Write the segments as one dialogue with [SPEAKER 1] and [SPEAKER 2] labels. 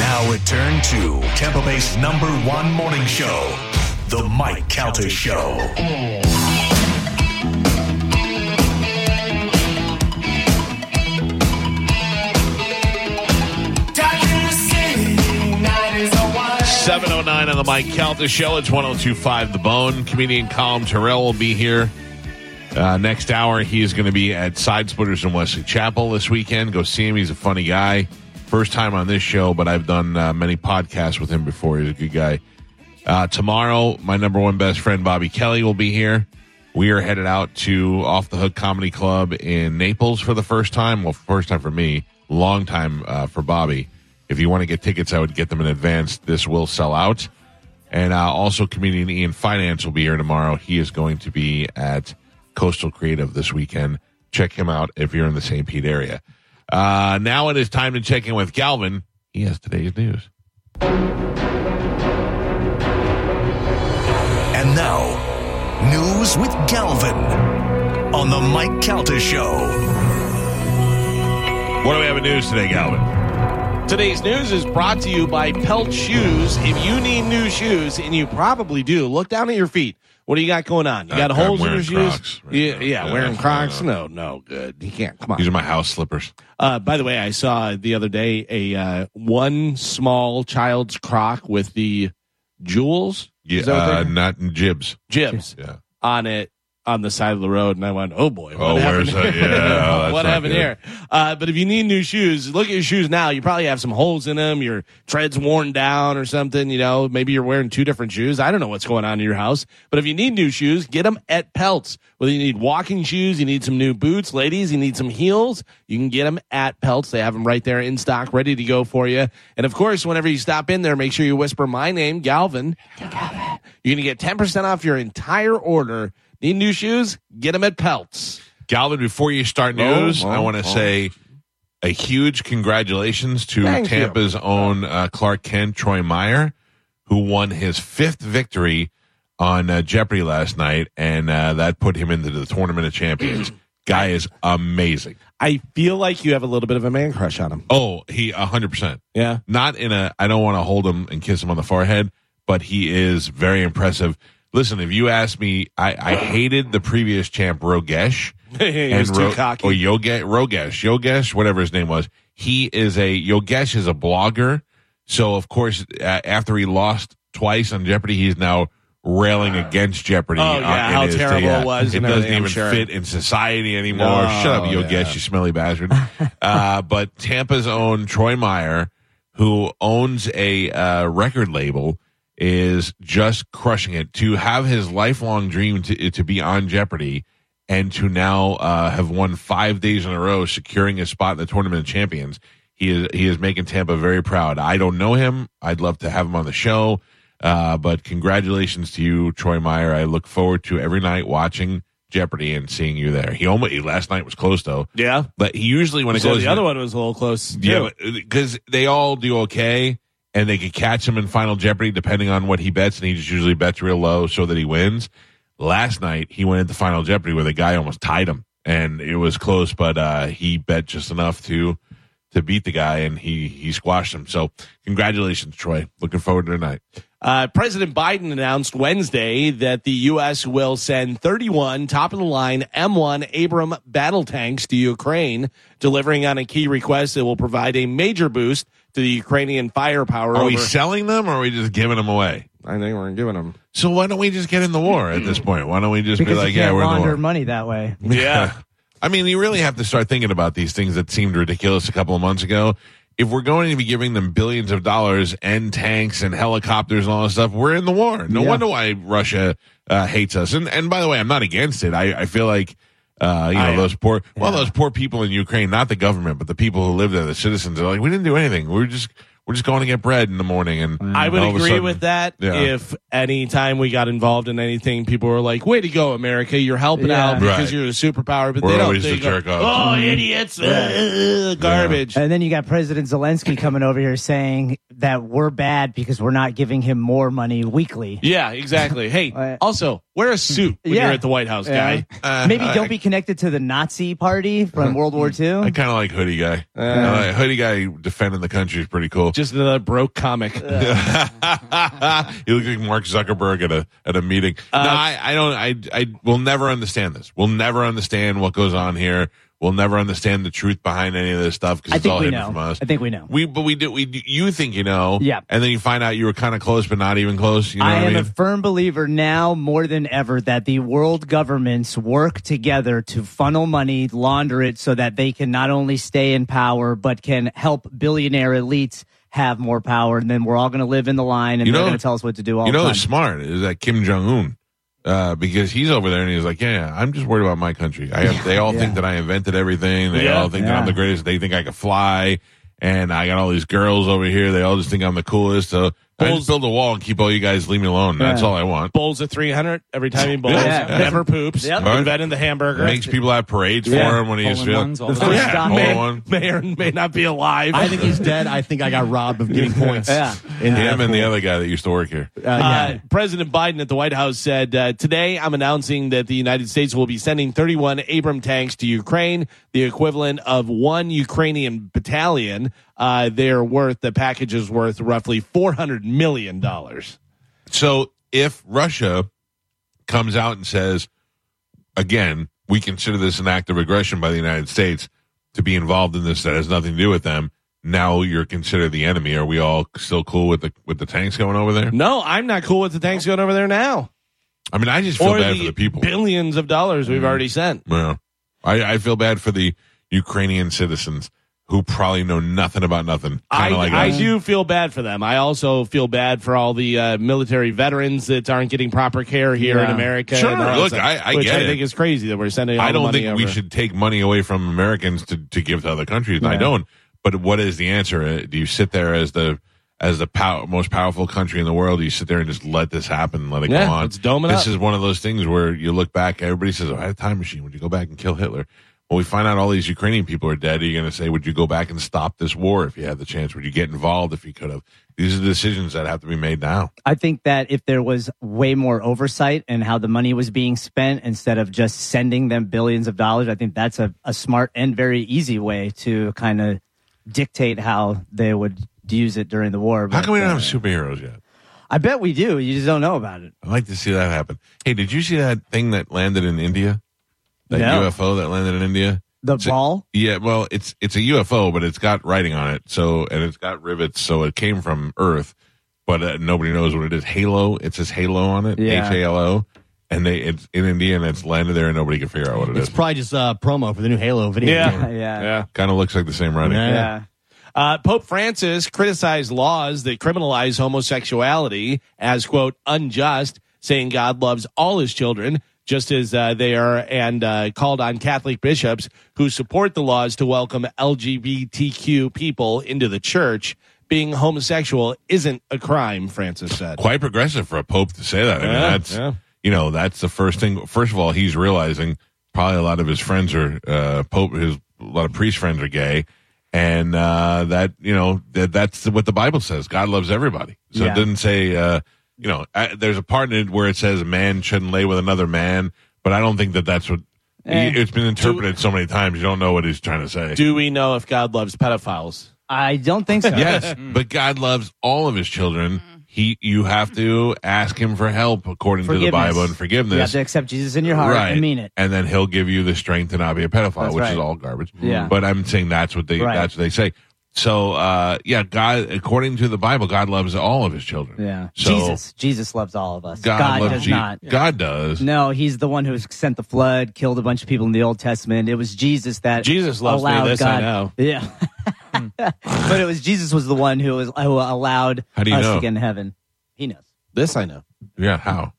[SPEAKER 1] Now return to Tampa Bay's number one morning show, The Mike Calter Show.
[SPEAKER 2] It's
[SPEAKER 3] 709 on the Mike Calta Show. It's 1025 The Bone. Comedian Colin Terrell will be here uh, next hour. He is going to be at Side Splitters in Wesley Chapel this weekend. Go see him. He's a funny guy. First time on this show, but I've done uh, many podcasts with him before. He's a good guy. Uh, tomorrow, my number one best friend, Bobby Kelly, will be here. We are headed out to Off the Hook Comedy Club in Naples for the first time. Well, first time for me, long time uh, for Bobby. If you want to get tickets, I would get them in advance. This will sell out. And uh, also, comedian Ian Finance will be here tomorrow. He is going to be at Coastal Creative this weekend. Check him out if you're in the St. Pete area. Uh, now it is time to check in with Galvin. He has today's news.
[SPEAKER 1] And now, news with Galvin on The Mike Calter Show.
[SPEAKER 3] What do we have in news today, Galvin?
[SPEAKER 2] Today's news is brought to you by Pelt Shoes. If you need new shoes, and you probably do, look down at your feet. What do you got going on? You
[SPEAKER 3] Uh,
[SPEAKER 2] got
[SPEAKER 3] I'm
[SPEAKER 2] holes in your
[SPEAKER 3] wearing
[SPEAKER 2] shoes?
[SPEAKER 3] Crocs right
[SPEAKER 2] yeah,
[SPEAKER 3] now.
[SPEAKER 2] yeah,
[SPEAKER 3] Yeah,
[SPEAKER 2] wearing
[SPEAKER 3] that's
[SPEAKER 2] Crocs?
[SPEAKER 3] what
[SPEAKER 2] No, no, good. You can't. Come on.
[SPEAKER 3] These are my house slippers.
[SPEAKER 2] Uh, by the way, I saw the other day a uh, one small child's croc with the jewels,
[SPEAKER 3] Yeah,
[SPEAKER 2] Is that what
[SPEAKER 3] uh,
[SPEAKER 2] they're-
[SPEAKER 3] not in jibs.
[SPEAKER 2] jibs
[SPEAKER 3] Yeah.
[SPEAKER 2] on it on the side of the road, and I went, "Oh boy, what
[SPEAKER 3] Oh,
[SPEAKER 2] happened?
[SPEAKER 3] where's that? Yeah, that's
[SPEAKER 2] what
[SPEAKER 3] not
[SPEAKER 2] happened
[SPEAKER 3] good.
[SPEAKER 2] here?" Uh, but if you need new shoes, look at your shoes now. You probably have some holes in them. Your treads worn down or something. You know, maybe you're wearing two different shoes. I don't know what's going on in your house, but if you need new shoes, get them at Pelts. Whether you need walking shoes, you need some new boots, ladies, you need some heels, you can get them at Pelts. They have them right there in stock, ready to go for you. And of course, whenever you stop in there, make sure you whisper my name, Galvin. You're going to get 10% off your entire order. Need new shoes? Get them at Pelts.
[SPEAKER 3] Galvin, before you start
[SPEAKER 2] No,
[SPEAKER 3] news,
[SPEAKER 2] no,
[SPEAKER 3] I want to
[SPEAKER 2] no.
[SPEAKER 3] say a huge congratulations to
[SPEAKER 2] Thank you.
[SPEAKER 3] Tampa's own uh, Clark Kent, Troy Meyer, who won his fifth victory on uh, Jeopardy last night, and uh, that put him into the Tournament of Champions. Guy is amazing.
[SPEAKER 2] I feel like you have a little bit of a man crush on him.
[SPEAKER 3] Oh, he 100%.
[SPEAKER 2] Yeah.
[SPEAKER 3] Not in a, I don't want to hold him and kiss him on the forehead, but he is very impressive. Listen, if you ask me, I, I hated the previous champ, Rogesh.
[SPEAKER 2] he
[SPEAKER 3] and
[SPEAKER 2] was
[SPEAKER 3] "Oh,
[SPEAKER 2] too
[SPEAKER 3] Ro-
[SPEAKER 2] cocky.
[SPEAKER 3] Or Yogesh, Rogesh, Yogesh, whatever his name was. He is a Yogesh is a blogger. So of course, uh, after he lost twice on Jeopardy, he's now railing against Jeopardy.
[SPEAKER 2] Oh,
[SPEAKER 3] uh,
[SPEAKER 2] yeah,
[SPEAKER 3] in
[SPEAKER 2] how
[SPEAKER 3] his-
[SPEAKER 2] terrible it was
[SPEAKER 3] It
[SPEAKER 2] and
[SPEAKER 3] doesn't
[SPEAKER 2] everything, I'm
[SPEAKER 3] even
[SPEAKER 2] sure.
[SPEAKER 3] fit in society anymore.
[SPEAKER 2] No,
[SPEAKER 3] Shut up, Yogesh,
[SPEAKER 2] yeah.
[SPEAKER 3] you smelly bastard. uh, but Tampa's own Troy Meyer, who owns a uh, record label. Is just crushing it to have his lifelong dream to, to be on Jeopardy and to now uh, have won five days in a row, securing his spot in the tournament of champions. He is he is making Tampa very proud. I don't know him. I'd love to have him on the show, uh, but congratulations to you, Troy Meyer. I look forward to every night watching Jeopardy and seeing you there. He almost he, last night was close though,
[SPEAKER 2] yeah.
[SPEAKER 3] but he usually when it
[SPEAKER 2] So
[SPEAKER 3] goes
[SPEAKER 2] the other one was a little close. Too.
[SPEAKER 3] yeah, because they all do okay, and they could catch him in Final Jeopardy depending on what he bets, and he just usually bets real low so that he wins. Last night he went into Final Jeopardy where the guy almost tied him, and it was close, but uh, he bet just enough to to beat the guy, and he he squashed him. So congratulations, Troy. Looking forward to tonight.
[SPEAKER 2] Uh, President Biden announced Wednesday that the U.S. will send 31 top of the line M1 Abram battle tanks to Ukraine, delivering on a key request that will provide a major boost to the Ukrainian firepower.
[SPEAKER 3] Are we
[SPEAKER 2] over-
[SPEAKER 3] selling them, or are we just giving them away?
[SPEAKER 2] I think we're giving them.
[SPEAKER 3] So why don't we just get in the war at this point? Why don't we just be
[SPEAKER 4] Because you
[SPEAKER 3] like, yeah,
[SPEAKER 4] can't
[SPEAKER 3] we're in the
[SPEAKER 4] launder
[SPEAKER 3] war?
[SPEAKER 4] money that way.
[SPEAKER 2] Yeah.
[SPEAKER 3] I mean, you really have to start thinking about these things that seemed ridiculous a couple of months ago. If we're going to be giving them billions of dollars and tanks and helicopters and all that stuff, we're in the war. No
[SPEAKER 4] Yeah.
[SPEAKER 3] wonder why Russia uh, hates us. And and by the way, I'm not against it. I, I feel like uh, you know
[SPEAKER 2] I-
[SPEAKER 3] those poor well those poor people in Ukraine, not the government, but the people who live there, the citizens are like, we didn't do anything. We are just we're just going to get bread in the morning. And
[SPEAKER 2] I would
[SPEAKER 3] all of a
[SPEAKER 2] agree
[SPEAKER 3] sudden-
[SPEAKER 2] with that
[SPEAKER 3] Yeah.
[SPEAKER 2] if any time we got involved in anything, people were like, way to go, America. You're helping
[SPEAKER 4] Yeah. Mm-hmm.
[SPEAKER 2] out because
[SPEAKER 3] Right.
[SPEAKER 2] you're a superpower. But
[SPEAKER 3] We're
[SPEAKER 2] they don't
[SPEAKER 3] always
[SPEAKER 2] they
[SPEAKER 3] the
[SPEAKER 2] go,
[SPEAKER 3] jerk
[SPEAKER 2] Oh,
[SPEAKER 3] off.
[SPEAKER 2] idiots. uh, uh, uh, garbage.
[SPEAKER 4] And then you got President Zelensky coming over here saying that we're bad because we're not giving him more money weekly.
[SPEAKER 2] Yeah, exactly. Hey,
[SPEAKER 4] Uh,
[SPEAKER 2] also wear a suit when
[SPEAKER 4] yeah.
[SPEAKER 2] you're at the White House,
[SPEAKER 4] Yeah.
[SPEAKER 2] guy. Uh,
[SPEAKER 4] Maybe don't be connected to the Nazi party from World War
[SPEAKER 3] Uh-huh. Mm-hmm. I
[SPEAKER 4] II.
[SPEAKER 3] kind of like hoodie guy. Uh, hoodie guy defending the country is pretty cool.
[SPEAKER 2] Just another broke comic.
[SPEAKER 3] you look like Mark Zuckerberg at a at a meeting.
[SPEAKER 4] Uh,
[SPEAKER 3] no, I, I don't. I I will never understand this. We'll never understand what goes on here. We'll never understand the truth behind any of this stuff because
[SPEAKER 4] I
[SPEAKER 3] it's all
[SPEAKER 4] think we
[SPEAKER 3] hidden
[SPEAKER 4] know.
[SPEAKER 3] from us.
[SPEAKER 4] I think we know.
[SPEAKER 3] We but we do. We do, you think you know?
[SPEAKER 4] Yeah.
[SPEAKER 3] And then you find out you were kind of close, but not even close. You know
[SPEAKER 4] I
[SPEAKER 3] what
[SPEAKER 4] am
[SPEAKER 3] I mean?
[SPEAKER 4] a firm believer now more than ever that the world governments work together to funnel money, launder it so that they can not only stay in power, but can help billionaire elites have more power. And then we're all going to live in the line and
[SPEAKER 3] You
[SPEAKER 4] they're
[SPEAKER 3] know-
[SPEAKER 4] going to tell us what to do all
[SPEAKER 3] you
[SPEAKER 4] the
[SPEAKER 3] know
[SPEAKER 4] time.
[SPEAKER 3] who's smart is that Kim Jong Un, uh, because he's over there and he's like, yeah, yeah, I'm just worried about my country. I have, they all think that I invented everything. They
[SPEAKER 2] Yeah.
[SPEAKER 3] all think that I'm
[SPEAKER 4] Yeah.
[SPEAKER 3] the greatest. They think I could fly, and I got all these girls over here. They all just think I'm the coolest. So I
[SPEAKER 2] Bulls-
[SPEAKER 3] just build a wall and keep all you guys leave me alone. That's
[SPEAKER 4] Yeah.
[SPEAKER 3] all I want.
[SPEAKER 2] Bowls at 300 every time he bowls.
[SPEAKER 4] Yeah.
[SPEAKER 2] Never poops.
[SPEAKER 4] Yep.
[SPEAKER 2] Inventing the hamburger.
[SPEAKER 3] Makes people have parades for
[SPEAKER 5] Yeah.
[SPEAKER 3] him when he
[SPEAKER 5] All
[SPEAKER 3] gets
[SPEAKER 5] in
[SPEAKER 3] filled.
[SPEAKER 5] ones, all
[SPEAKER 4] The first
[SPEAKER 3] Yeah,
[SPEAKER 4] stop-
[SPEAKER 3] all in
[SPEAKER 2] May,
[SPEAKER 3] one.
[SPEAKER 2] may or may not be alive.
[SPEAKER 5] I think he's dead. I think I got robbed of getting points.
[SPEAKER 4] Yeah.
[SPEAKER 5] In
[SPEAKER 3] Him and the
[SPEAKER 5] pool.
[SPEAKER 3] other guy that used to work here.
[SPEAKER 5] Uh, yeah.
[SPEAKER 2] Uh, President Biden at the White House said, uh, Today I'm announcing that the United States will be sending 31 Abram tanks to Ukraine, the equivalent of one Ukrainian battalion. Uh, they're worth, the package is worth roughly $400 million.
[SPEAKER 3] So if Russia comes out and says, again, we consider this an act of aggression by the United States to be involved in this that has nothing to do with them, now you're considered the enemy. Are we all still cool with the with the tanks going over there?
[SPEAKER 2] No, I'm not cool with the tanks going over there now.
[SPEAKER 3] I mean, I just feel
[SPEAKER 2] or
[SPEAKER 3] bad
[SPEAKER 2] the
[SPEAKER 3] for the people. Mm.
[SPEAKER 2] billions of dollars we've already sent.
[SPEAKER 3] Yeah. I, I feel bad for the Ukrainian citizens who probably know nothing about nothing.
[SPEAKER 2] I,
[SPEAKER 3] Kind of like
[SPEAKER 2] I
[SPEAKER 3] us.
[SPEAKER 2] do feel bad for them. I also feel bad for all the uh, military veterans that aren't getting proper care here in
[SPEAKER 4] Yeah.
[SPEAKER 2] America.
[SPEAKER 3] Sure,
[SPEAKER 2] and all that
[SPEAKER 3] look,
[SPEAKER 2] stuff,
[SPEAKER 3] I- I
[SPEAKER 2] which
[SPEAKER 3] get
[SPEAKER 2] I
[SPEAKER 3] it.
[SPEAKER 2] think is crazy that we're sending. All
[SPEAKER 3] I
[SPEAKER 2] the
[SPEAKER 3] don't
[SPEAKER 2] money
[SPEAKER 3] think we
[SPEAKER 2] over.
[SPEAKER 3] should take money away from Americans to, to give to other countries. I
[SPEAKER 4] Yeah.
[SPEAKER 3] don't. But what is the answer? Uh, Do you sit there as the as the pow- most powerful country in the world? Do you sit there and just let this happen, let it
[SPEAKER 2] Yeah,
[SPEAKER 3] go on?
[SPEAKER 2] let's dome it
[SPEAKER 3] this
[SPEAKER 2] up.
[SPEAKER 3] is one of those things where you look back. Everybody says, "Oh, I had a time machine. Would you go back and kill Hitler?" When we find out all these Ukrainian people are dead, are you going to say, "Would you go back and stop this war if you had the chance? Would you get involved if you could have?" These are the decisions that have to be made now.
[SPEAKER 4] I think that if there was way more oversight and how the money was being spent instead of just sending them billions of dollars, I think that's a, a smart and very easy way to kind of dictate how they would use it during the war.
[SPEAKER 3] How
[SPEAKER 4] But,
[SPEAKER 3] come we don't
[SPEAKER 4] uh,
[SPEAKER 3] have superheroes yet?
[SPEAKER 4] I bet we do. You just don't know about it.
[SPEAKER 3] I'd like to see that happen. Hey, did you see that thing that landed in India? That
[SPEAKER 4] No.
[SPEAKER 3] UFO that landed in India?
[SPEAKER 4] The
[SPEAKER 3] So-
[SPEAKER 4] ball?
[SPEAKER 3] Yeah, well, it's it's a UFO, but it's got writing on it. So and it's got rivets, so it came from Earth, but uh, nobody knows what it is. Halo, it says Halo on it,
[SPEAKER 4] Yeah.
[SPEAKER 3] H A L O, and they it's in India and it's landed there and nobody can figure out what it
[SPEAKER 5] It's
[SPEAKER 3] is.
[SPEAKER 5] probably just a promo for the new Halo video.
[SPEAKER 2] Yeah.
[SPEAKER 5] game.
[SPEAKER 4] Yeah. Yeah.
[SPEAKER 3] kind of looks like the same writing.
[SPEAKER 5] Yeah.
[SPEAKER 2] Uh, Pope Francis criticized laws that criminalize homosexuality as, quote, unjust, saying God loves all his children, just as uh, they are, and uh, called on Catholic bishops who support the laws to welcome LGBTQ people into the church. Being homosexual isn't a crime, Francis said.
[SPEAKER 3] quite progressive for a pope to say that. I mean,
[SPEAKER 2] Yeah,
[SPEAKER 3] that's
[SPEAKER 2] yeah.
[SPEAKER 3] you know that's the first thing. First of all, he's realizing probably a lot of his friends are uh, pope. His a lot of priest friends are gay, and uh, that you know that that's what the Bible says. God loves everybody, so it
[SPEAKER 4] Yeah.
[SPEAKER 3] doesn't say uh, you know I, there's a part in it where it says a man shouldn't lay with another man, but I don't think that that's what.
[SPEAKER 4] Eh.
[SPEAKER 3] It's been interpreted so many times, you don't know what he's trying to say.
[SPEAKER 2] Do we know if God loves pedophiles?
[SPEAKER 4] I don't think so.
[SPEAKER 3] Yes, but God loves all of his children. He, you have to ask him for help according to the
[SPEAKER 4] Forgiveness.
[SPEAKER 3] Bible and
[SPEAKER 4] You have
[SPEAKER 3] forgiveness.
[SPEAKER 4] to accept Jesus in your heart and mean it.
[SPEAKER 3] And then he'll give you the strength to not be a pedophile,
[SPEAKER 4] That's
[SPEAKER 3] which
[SPEAKER 4] right.
[SPEAKER 3] is all garbage.
[SPEAKER 4] Yeah.
[SPEAKER 3] But I'm saying that's what they
[SPEAKER 4] Right.
[SPEAKER 3] that's what they say. So uh, yeah, God according to the Bible, God loves all of his children.
[SPEAKER 4] Yeah.
[SPEAKER 3] So
[SPEAKER 4] Jesus. Jesus loves all of us.
[SPEAKER 3] God,
[SPEAKER 4] God,
[SPEAKER 3] loves
[SPEAKER 4] does
[SPEAKER 3] Je-
[SPEAKER 4] not.
[SPEAKER 3] God does.
[SPEAKER 4] No, he's the one who sent the flood, killed a bunch of people in the Old Testament. It was Jesus that
[SPEAKER 2] Jesus loves me,
[SPEAKER 4] allowed
[SPEAKER 2] this I
[SPEAKER 4] God.
[SPEAKER 2] know.
[SPEAKER 4] Yeah, but it was Jesus was the one who was who allowed
[SPEAKER 3] How do you
[SPEAKER 4] us
[SPEAKER 3] know?
[SPEAKER 4] to get in heaven. He knows.
[SPEAKER 2] This I know.
[SPEAKER 3] Yeah, how?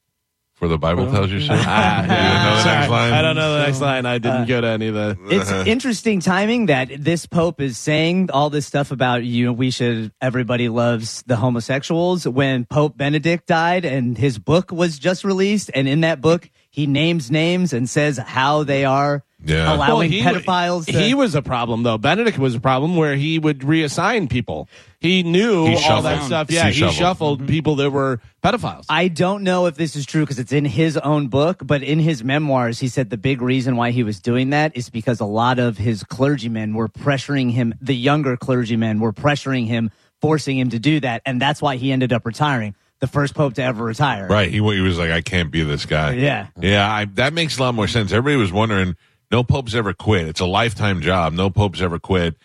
[SPEAKER 3] For the Bible tells you so.
[SPEAKER 2] Ah,
[SPEAKER 3] You don't know the
[SPEAKER 2] Sorry,
[SPEAKER 3] next line? Uh,
[SPEAKER 2] I don't know the next line. I didn't go to any of the.
[SPEAKER 4] It's interesting timing that this pope is saying all this stuff about you. We should everybody loves the homosexuals. When Pope Benedict died, and his book was just released, and in that book he names names and says how they are
[SPEAKER 3] Yeah.
[SPEAKER 4] allowing
[SPEAKER 2] he-
[SPEAKER 4] pedophiles to
[SPEAKER 2] he was a problem though. Benedict was a problem where he would reassign people. He knew
[SPEAKER 3] He
[SPEAKER 2] all
[SPEAKER 3] shuffled.
[SPEAKER 2] that stuff. Yeah,
[SPEAKER 3] He
[SPEAKER 2] he,
[SPEAKER 3] shuffled.
[SPEAKER 2] shuffled, people that were pedophiles.
[SPEAKER 4] Mm-hmm. I don't know if this is true because it's in his own book, but in his memoirs, he said the big reason why he was doing that is because a lot of his clergymen were pressuring him, the younger clergymen were pressuring him, forcing him to do that. And that's why he ended up retiring, the first pope to ever retire.
[SPEAKER 3] Right. He, wa- he was like, I can't be this guy.
[SPEAKER 4] Yeah.
[SPEAKER 3] Yeah. I, that makes a lot more sense. Everybody was wondering, no popes ever quit. It's a lifetime job. No popes ever quit.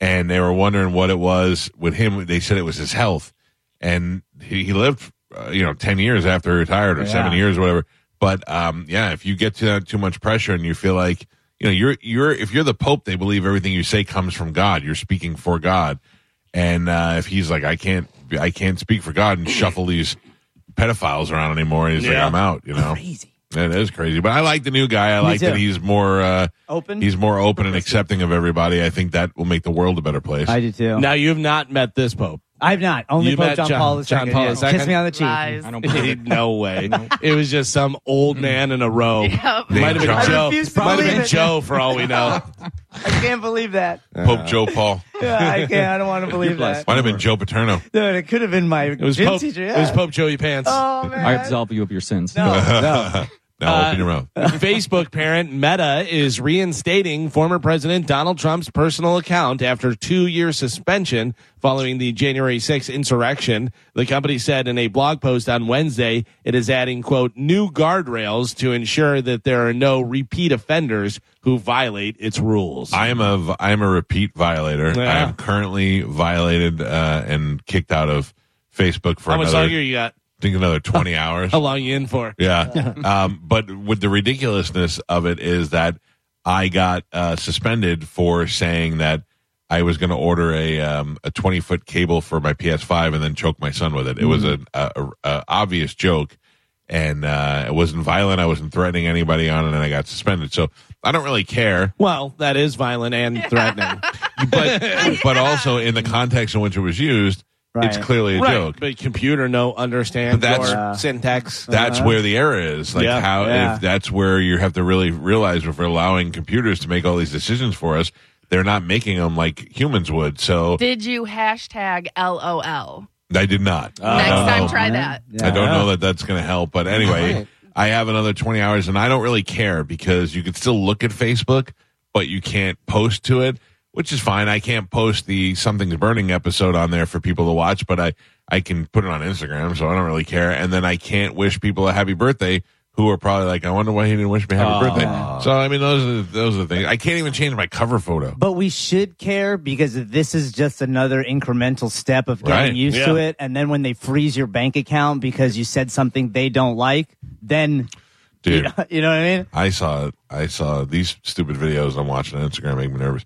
[SPEAKER 3] And they were wondering what it was with him. They said it was his health. And he, he lived, uh, you know, 10 years after he retired or seven years, whatever. But, um, yeah, if you get to that too much pressure and you feel like, you know, you're, you're, if you're the Pope, they believe everything you say comes from God. You're speaking for God. And, uh, if he's like, I can't, I can't speak for God and shuffle these pedophiles around anymore. He's like,
[SPEAKER 2] Yeah.
[SPEAKER 3] I'm out. You know,
[SPEAKER 4] Crazy.
[SPEAKER 3] that is crazy. But I like the new guy. I like that
[SPEAKER 4] too.
[SPEAKER 3] he's more uh,
[SPEAKER 4] Open?
[SPEAKER 3] He's more open and accepting of everybody. I think that will make the world a better place.
[SPEAKER 4] I do too.
[SPEAKER 2] Now you've not met this pope.
[SPEAKER 4] I've not. Only
[SPEAKER 2] You
[SPEAKER 4] Pope
[SPEAKER 2] met
[SPEAKER 4] John,
[SPEAKER 2] John-
[SPEAKER 4] Paul II.
[SPEAKER 2] John Paul
[SPEAKER 4] yes.
[SPEAKER 2] II?
[SPEAKER 4] Kiss me on the cheek.
[SPEAKER 6] Lies.
[SPEAKER 7] I
[SPEAKER 6] I,
[SPEAKER 7] don't believe it.
[SPEAKER 2] no way. It was just some old man in a robe.
[SPEAKER 6] Um,
[SPEAKER 2] Might have been
[SPEAKER 3] John.
[SPEAKER 2] Joe.
[SPEAKER 4] Mm. I refuse to
[SPEAKER 2] Might have
[SPEAKER 4] believe
[SPEAKER 2] been
[SPEAKER 4] it.
[SPEAKER 2] Joe for all we know.
[SPEAKER 4] I can't believe that.
[SPEAKER 3] Pope Joe Paul
[SPEAKER 4] Yeah, I can't. I don't want to believe that.
[SPEAKER 3] might have
[SPEAKER 2] Uh,
[SPEAKER 3] been Joe Paterno.
[SPEAKER 4] Dude, it could have been my
[SPEAKER 2] It was
[SPEAKER 4] gym
[SPEAKER 2] Pope.
[SPEAKER 4] teacher.
[SPEAKER 2] It was
[SPEAKER 4] yeah.
[SPEAKER 2] Pope Joey Pants.
[SPEAKER 4] Oh, man.
[SPEAKER 7] I absolve you of your sins.
[SPEAKER 4] No.
[SPEAKER 3] Now
[SPEAKER 2] Uh,
[SPEAKER 3] open your mouth.
[SPEAKER 2] Facebook parent Meta is reinstating former President Donald Trump's personal account after two year suspension following the January 6th insurrection. The company said in a blog post on Wednesday, it is adding, quote, new guardrails to ensure that there are no repeat offenders who violate its rules.
[SPEAKER 3] I am a v- I am a repeat violator.
[SPEAKER 2] Yeah.
[SPEAKER 3] I am currently violated uh, and kicked out of Facebook for
[SPEAKER 2] How much
[SPEAKER 3] another
[SPEAKER 2] longer you got?
[SPEAKER 3] I think another twenty hours.
[SPEAKER 2] How long you in for?
[SPEAKER 3] Yeah. um, but with the ridiculousness of it is that I got uh, suspended for saying that I was going to order a um, a twenty foot cable for my PS5 and then choke my son with it. It was an a, a, a obvious joke, and uh, it wasn't violent. I wasn't threatening anybody on it, and I got suspended. So I don't really care.
[SPEAKER 2] Well, that is violent and threatening.
[SPEAKER 3] But but also in the context in which it was used, it's
[SPEAKER 4] Right.
[SPEAKER 3] clearly a
[SPEAKER 2] right.
[SPEAKER 3] joke.
[SPEAKER 2] But computer no understand
[SPEAKER 3] But that's-
[SPEAKER 2] your syntax.
[SPEAKER 3] that's where the error is. Like
[SPEAKER 2] Uh-huh. Yeah,
[SPEAKER 3] how
[SPEAKER 4] yeah.
[SPEAKER 3] if that's where you have to really realize if we're allowing computers to make all these decisions for us, they're not making them like humans would. So
[SPEAKER 6] Did you hashtag LOL?
[SPEAKER 3] I did not. I
[SPEAKER 6] Next
[SPEAKER 3] don't
[SPEAKER 6] time,
[SPEAKER 3] know.
[SPEAKER 6] try that.
[SPEAKER 3] I don't know that that's going to help. But anyway, I have another twenty hours, and I don't really care because you can still look at Facebook, but you can't post to it, which is fine. I can't post the something's burning episode on there for people to watch, but I I can put it on Instagram, so I don't really care. And then I can't wish people a happy birthday. Who are probably like, I wonder why he didn't wish me happy birthday. So I mean, those are the, those are the things. I can't even change my cover photo.
[SPEAKER 4] but we should care because this is just another incremental step of getting
[SPEAKER 3] Right,
[SPEAKER 4] used
[SPEAKER 2] yeah.
[SPEAKER 4] to it. And then when they freeze your bank account because you said something they don't like, then
[SPEAKER 3] Dude,
[SPEAKER 4] you know what I mean.
[SPEAKER 3] I saw I saw these stupid videos I'm watching on Instagram make me nervous.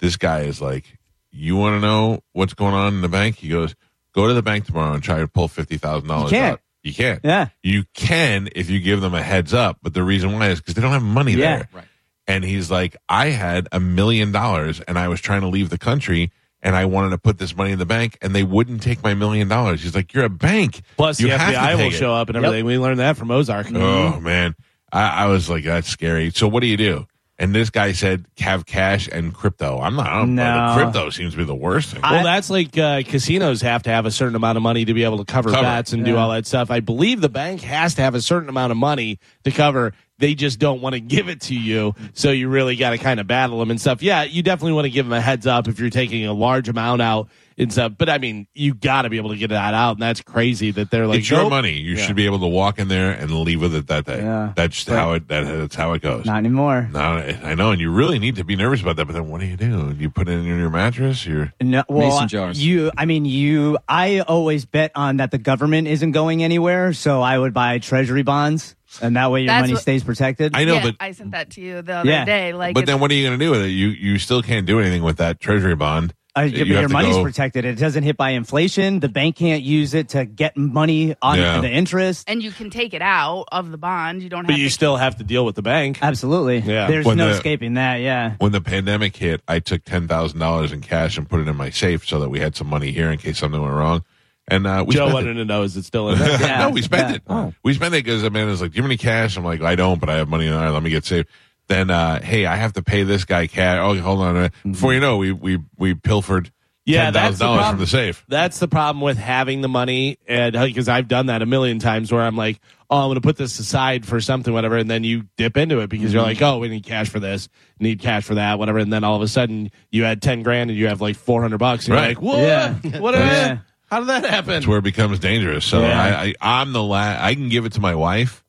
[SPEAKER 3] This guy is like, "You want to know what's going on in the bank?" He goes, "Go to the bank tomorrow and try to pull fifty thousand dollars
[SPEAKER 4] You can't.
[SPEAKER 3] out." You can't.
[SPEAKER 4] Yeah.
[SPEAKER 3] you can if you give them a heads up. But the reason why is because they don't have money
[SPEAKER 4] Yeah.
[SPEAKER 3] there. Right. And he's like, "I had a million dollars and I was trying to leave the country." And I wanted to put this money in the bank, and they wouldn't take my million dollars. He's like, "You're a bank."
[SPEAKER 2] Plus,
[SPEAKER 3] You
[SPEAKER 2] the
[SPEAKER 3] have to
[SPEAKER 2] FBI will
[SPEAKER 3] take it."
[SPEAKER 2] show up and everything. We learned that from Ozark.
[SPEAKER 3] Oh man, I, I was like, that's scary. So what do you do? And this guy said, have cash and crypto. I'm not. I don't know.
[SPEAKER 4] No.
[SPEAKER 3] Crypto seems to be the worst thing.
[SPEAKER 2] Well, that's like uh, casinos have to have a certain amount of money to be able to cover,
[SPEAKER 3] Cover.
[SPEAKER 2] bets and do all that stuff. I believe the bank has to have a certain amount of money to cover. They just don't want to give it to you, so you really got to kind of battle them and stuff. Yeah, you definitely want to give them a heads up if you're taking a large amount out and stuff. But I mean, you got to be able to get that out, and that's crazy that they're like,
[SPEAKER 3] it's your
[SPEAKER 2] "Nope."
[SPEAKER 3] money. You
[SPEAKER 2] Yeah.
[SPEAKER 3] should be able to walk in there and leave with it that day.
[SPEAKER 4] Yeah.
[SPEAKER 3] That's how it. That, that's how it goes.
[SPEAKER 4] Not anymore.
[SPEAKER 3] No, I know, and you really need to be nervous about that. But then, what do you do? You put it in your mattress. You're
[SPEAKER 4] No, well,
[SPEAKER 7] Mason jars.
[SPEAKER 4] you. I mean, you. I always bet on that the government isn't going anywhere, so I would buy treasury bonds, and that way your
[SPEAKER 6] That's
[SPEAKER 4] money
[SPEAKER 6] what-
[SPEAKER 4] stays protected.
[SPEAKER 3] I know,
[SPEAKER 6] yeah,
[SPEAKER 3] but
[SPEAKER 6] I sent that to you the other
[SPEAKER 4] Yeah.
[SPEAKER 6] day. Like,
[SPEAKER 3] but then
[SPEAKER 6] it's-
[SPEAKER 3] what are you going to do with it? You you still can't do anything with that treasury bond.
[SPEAKER 4] Uh,
[SPEAKER 3] You
[SPEAKER 4] your
[SPEAKER 3] have
[SPEAKER 4] your
[SPEAKER 3] to
[SPEAKER 4] money's
[SPEAKER 3] go-
[SPEAKER 4] protected. It doesn't hit by inflation. The bank can't use it to get money on
[SPEAKER 3] Yeah.
[SPEAKER 4] the interest.
[SPEAKER 6] and you can take it out of the bond. You don't have
[SPEAKER 2] but you
[SPEAKER 6] to
[SPEAKER 2] still have to deal with the bank.
[SPEAKER 4] Uh, Absolutely.
[SPEAKER 2] Yeah.
[SPEAKER 4] There's
[SPEAKER 3] When
[SPEAKER 4] no
[SPEAKER 3] the-
[SPEAKER 4] escaping that. Yeah.
[SPEAKER 3] when the pandemic hit, I took ten thousand dollars in cash and put it in my safe so that we had some money here in case something went wrong. And uh, we
[SPEAKER 2] Joe
[SPEAKER 3] spent
[SPEAKER 2] wanted
[SPEAKER 3] it.
[SPEAKER 2] to know is it still in there?
[SPEAKER 4] Yeah.
[SPEAKER 3] no, we spent
[SPEAKER 4] Yeah.
[SPEAKER 2] Oh.
[SPEAKER 3] it. We spent it because the man is like, "Do you have any cash?" I'm like, "I don't," but I have money in there. Let me get safe. then uh, hey, I have to pay this guy cash. Oh, hold on. a minute. Before you know, we we we pilfered
[SPEAKER 2] Mm-hmm. Yeah,
[SPEAKER 3] ten
[SPEAKER 2] that's
[SPEAKER 3] thousand
[SPEAKER 2] the
[SPEAKER 3] dollars
[SPEAKER 2] problem.
[SPEAKER 3] from the safe.
[SPEAKER 2] That's the problem with having the money, and because I've done that a million times, where I'm like, "Oh, I'm going to put this aside for something, whatever," and then you dip into it because you're like, "Oh, we need cash for this, need cash for that, whatever," and then all of a sudden you had ten grand and you have like four hundred bucks, and
[SPEAKER 3] Right.
[SPEAKER 2] you're like, "What?
[SPEAKER 4] Yeah.
[SPEAKER 2] What? Did I-
[SPEAKER 4] Yeah.
[SPEAKER 2] How did that happen?"
[SPEAKER 3] That's where it becomes dangerous. So
[SPEAKER 2] Yeah.
[SPEAKER 3] I, I I'm the la- I can give it to my wife,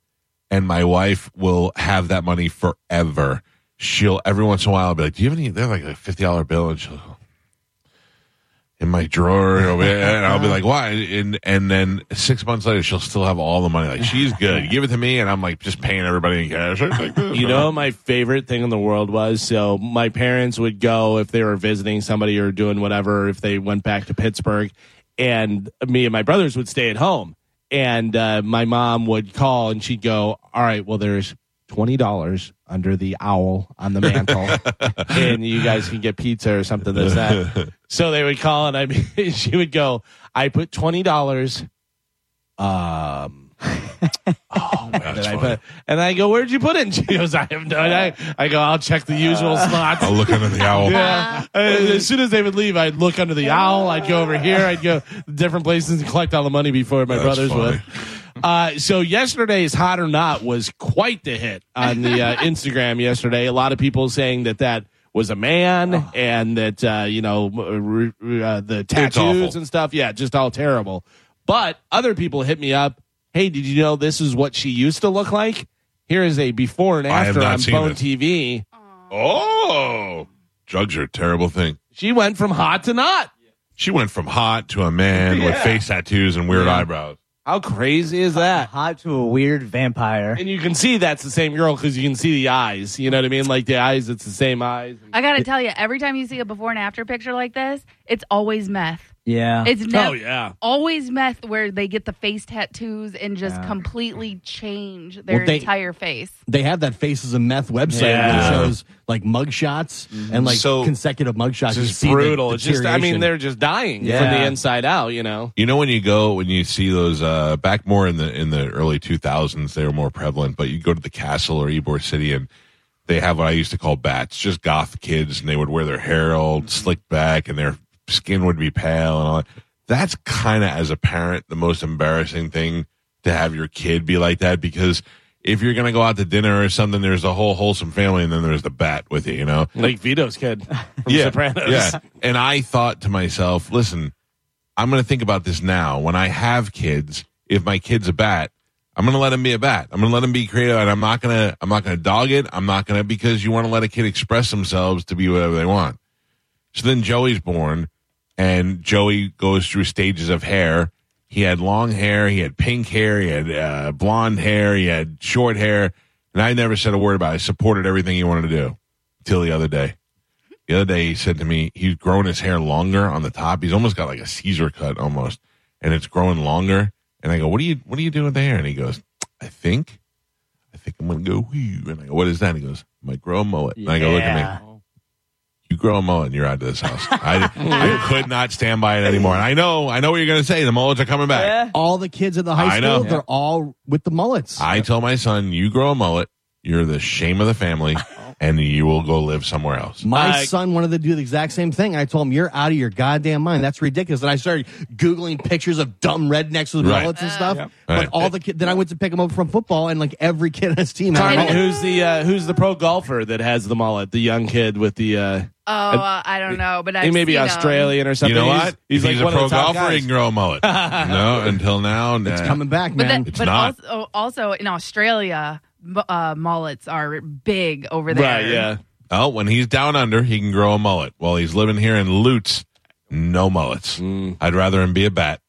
[SPEAKER 3] and my wife will have that money forever. She'll every once in a while be like, "Do you have any?" They're like a fifty dollar bill, and she'll go, in my drawer, and I'll be- and I'll be like, "Why?" And and then six months later, she'll still have all the money. Like she's good. give it to me, and I'm like just paying everybody in cash. Like this.
[SPEAKER 2] You know, my favorite thing in the world was so my parents would go if they were visiting somebody or doing whatever, if they went back to Pittsburgh, and me and my brothers would stay at home. And uh, my mom would call and she'd go, All right, well, there's $20 under the owl on the mantle, and you guys can get pizza or something, this, that. So they would call, and I, she would go, I put $20. Um,
[SPEAKER 3] That's
[SPEAKER 2] and I
[SPEAKER 3] funny.
[SPEAKER 2] put, and I go, where'd you put it? And she goes, I have no. And I, I go, I'll check the usual spots.
[SPEAKER 3] I'll look under the owl.
[SPEAKER 2] Yeah. And as soon as they would leave, I'd look under the owl. I'd go over here. I'd go different places and collect all the money before my
[SPEAKER 3] That's
[SPEAKER 2] brothers
[SPEAKER 3] funny.
[SPEAKER 2] would. Uh, so yesterday's hot or not was quite the hit on the uh, Instagram yesterday. A lot of people saying that that was a man
[SPEAKER 3] Oh.
[SPEAKER 2] and that uh, you know re- re- uh, the tattoos
[SPEAKER 3] awful.
[SPEAKER 2] and stuff. Yeah, just all terrible. But other people hit me up. Hey, did you know this is what she used to look like? Here is a before and
[SPEAKER 3] I have
[SPEAKER 2] after
[SPEAKER 3] not
[SPEAKER 2] on
[SPEAKER 3] seen
[SPEAKER 2] Bone
[SPEAKER 3] this.
[SPEAKER 2] TV.
[SPEAKER 3] Oh, drugs are a terrible thing.
[SPEAKER 2] She went from hot to not.
[SPEAKER 3] She went from hot to a man with face tattoos and weird eyebrows.
[SPEAKER 2] How crazy is that?
[SPEAKER 4] Hot to a weird vampire.
[SPEAKER 2] And you can see that's the same girl because you can see the eyes. You know what I mean? Like the eyes, it's the same eyes.
[SPEAKER 6] I gotta tell you, every time you see a before and after picture like this, it's always meth.
[SPEAKER 4] Uh, Yeah.
[SPEAKER 6] It's never
[SPEAKER 2] oh, yeah.
[SPEAKER 6] always meth where they get the face tattoos and just
[SPEAKER 4] Yeah.
[SPEAKER 6] completely change their
[SPEAKER 5] Well, they-
[SPEAKER 6] entire face.
[SPEAKER 5] They have that Faces of Meth website
[SPEAKER 2] Yeah.
[SPEAKER 5] that shows like mug shots and like
[SPEAKER 3] So-
[SPEAKER 5] consecutive mug shots. You
[SPEAKER 2] It's just
[SPEAKER 5] see the
[SPEAKER 2] brutal. It's just, I mean,
[SPEAKER 5] deterioration.
[SPEAKER 2] they're just dying from
[SPEAKER 4] Yeah.
[SPEAKER 2] the inside out, you know?
[SPEAKER 3] You know when you go when you see those uh, back more in the in the early two thousands they were more prevalent, but you go to the castle or Ybor City and they have what I used to call bats, just goth kids, and they would wear their hair all slicked back and their skin would be pale and all that. That's kind of as a parent the most embarrassing thing to have your kid be like that because if you're gonna go out to dinner or something, there's a whole wholesome family and then there's the bat with you, you know.
[SPEAKER 2] Like Vito's kid from Sopranos.
[SPEAKER 3] Yeah. And I thought to myself, listen, I'm going to think about this now. When I have kids, if my kid's a bat, I'm going to let him be a bat. I'm going to let him be creative, and I'm not going to. I'm not going to dog it. I'm not going to because you want to let a kid express themselves to be whatever they want. So then Joey's born, and Joey goes through stages of hair. He had long hair, he had pink hair, he had uh, blonde hair, he had short hair, and I never said a word about it. I supported everything he wanted to do till the other day. The other day, he said to me, he's growing his hair longer on the top. He's almost got like a Caesar cut almost, and it's growing longer. And I go, "What are you? What are you doing with the hair?" And he goes, "I think, I think I'm gonna go." whew." And I go, "What is that?" And he goes, "I might grow a mullet." And I go, "Look at me."
[SPEAKER 4] Yeah.
[SPEAKER 3] you grow a mullet and you're out of this house. I, I could not stand by it anymore. And I know, I know what you're going to say. The mullets are coming back.
[SPEAKER 4] Yeah.
[SPEAKER 5] all the kids at the
[SPEAKER 3] I
[SPEAKER 5] high
[SPEAKER 3] know.
[SPEAKER 5] school. They're all with the mullets.
[SPEAKER 3] I tell my son, you grow a mullet, you're the shame of the family, and you will go live somewhere else.
[SPEAKER 5] My
[SPEAKER 2] Uh,
[SPEAKER 5] son wanted to do the exact same thing. And I told him, "You're out of your goddamn mind. That's ridiculous." And I started googling pictures of dumb rednecks with
[SPEAKER 3] Right.
[SPEAKER 5] mullets and stuff. But
[SPEAKER 3] Right.
[SPEAKER 5] all the kid, then I went to pick him up from football, and like every kid on his team had a
[SPEAKER 2] Carmen,
[SPEAKER 5] mullet.
[SPEAKER 2] who's the uh, who's the pro golfer that has the mullet? The young kid with the uh,
[SPEAKER 6] Oh, uh, I don't know, but um, I
[SPEAKER 2] he may be Australian or
[SPEAKER 3] You
[SPEAKER 2] something.
[SPEAKER 3] know
[SPEAKER 2] He's-
[SPEAKER 3] what?
[SPEAKER 2] He's,
[SPEAKER 3] If
[SPEAKER 2] like
[SPEAKER 3] he's
[SPEAKER 2] one
[SPEAKER 3] a pro
[SPEAKER 2] of the top
[SPEAKER 3] golfer, he
[SPEAKER 2] guys.
[SPEAKER 3] can grow a mullet. no, until now, nah.
[SPEAKER 5] It's coming back,
[SPEAKER 6] But,
[SPEAKER 5] man.
[SPEAKER 6] that,
[SPEAKER 3] It's
[SPEAKER 6] but
[SPEAKER 3] not.
[SPEAKER 6] also, also in Australia, mu- uh, mullets are big over there.
[SPEAKER 2] Right, yeah.
[SPEAKER 3] Oh, when he's down under, he can grow a mullet. While he's living here in Lutz, no mullets.
[SPEAKER 2] Mm.
[SPEAKER 3] I'd rather him be a bat.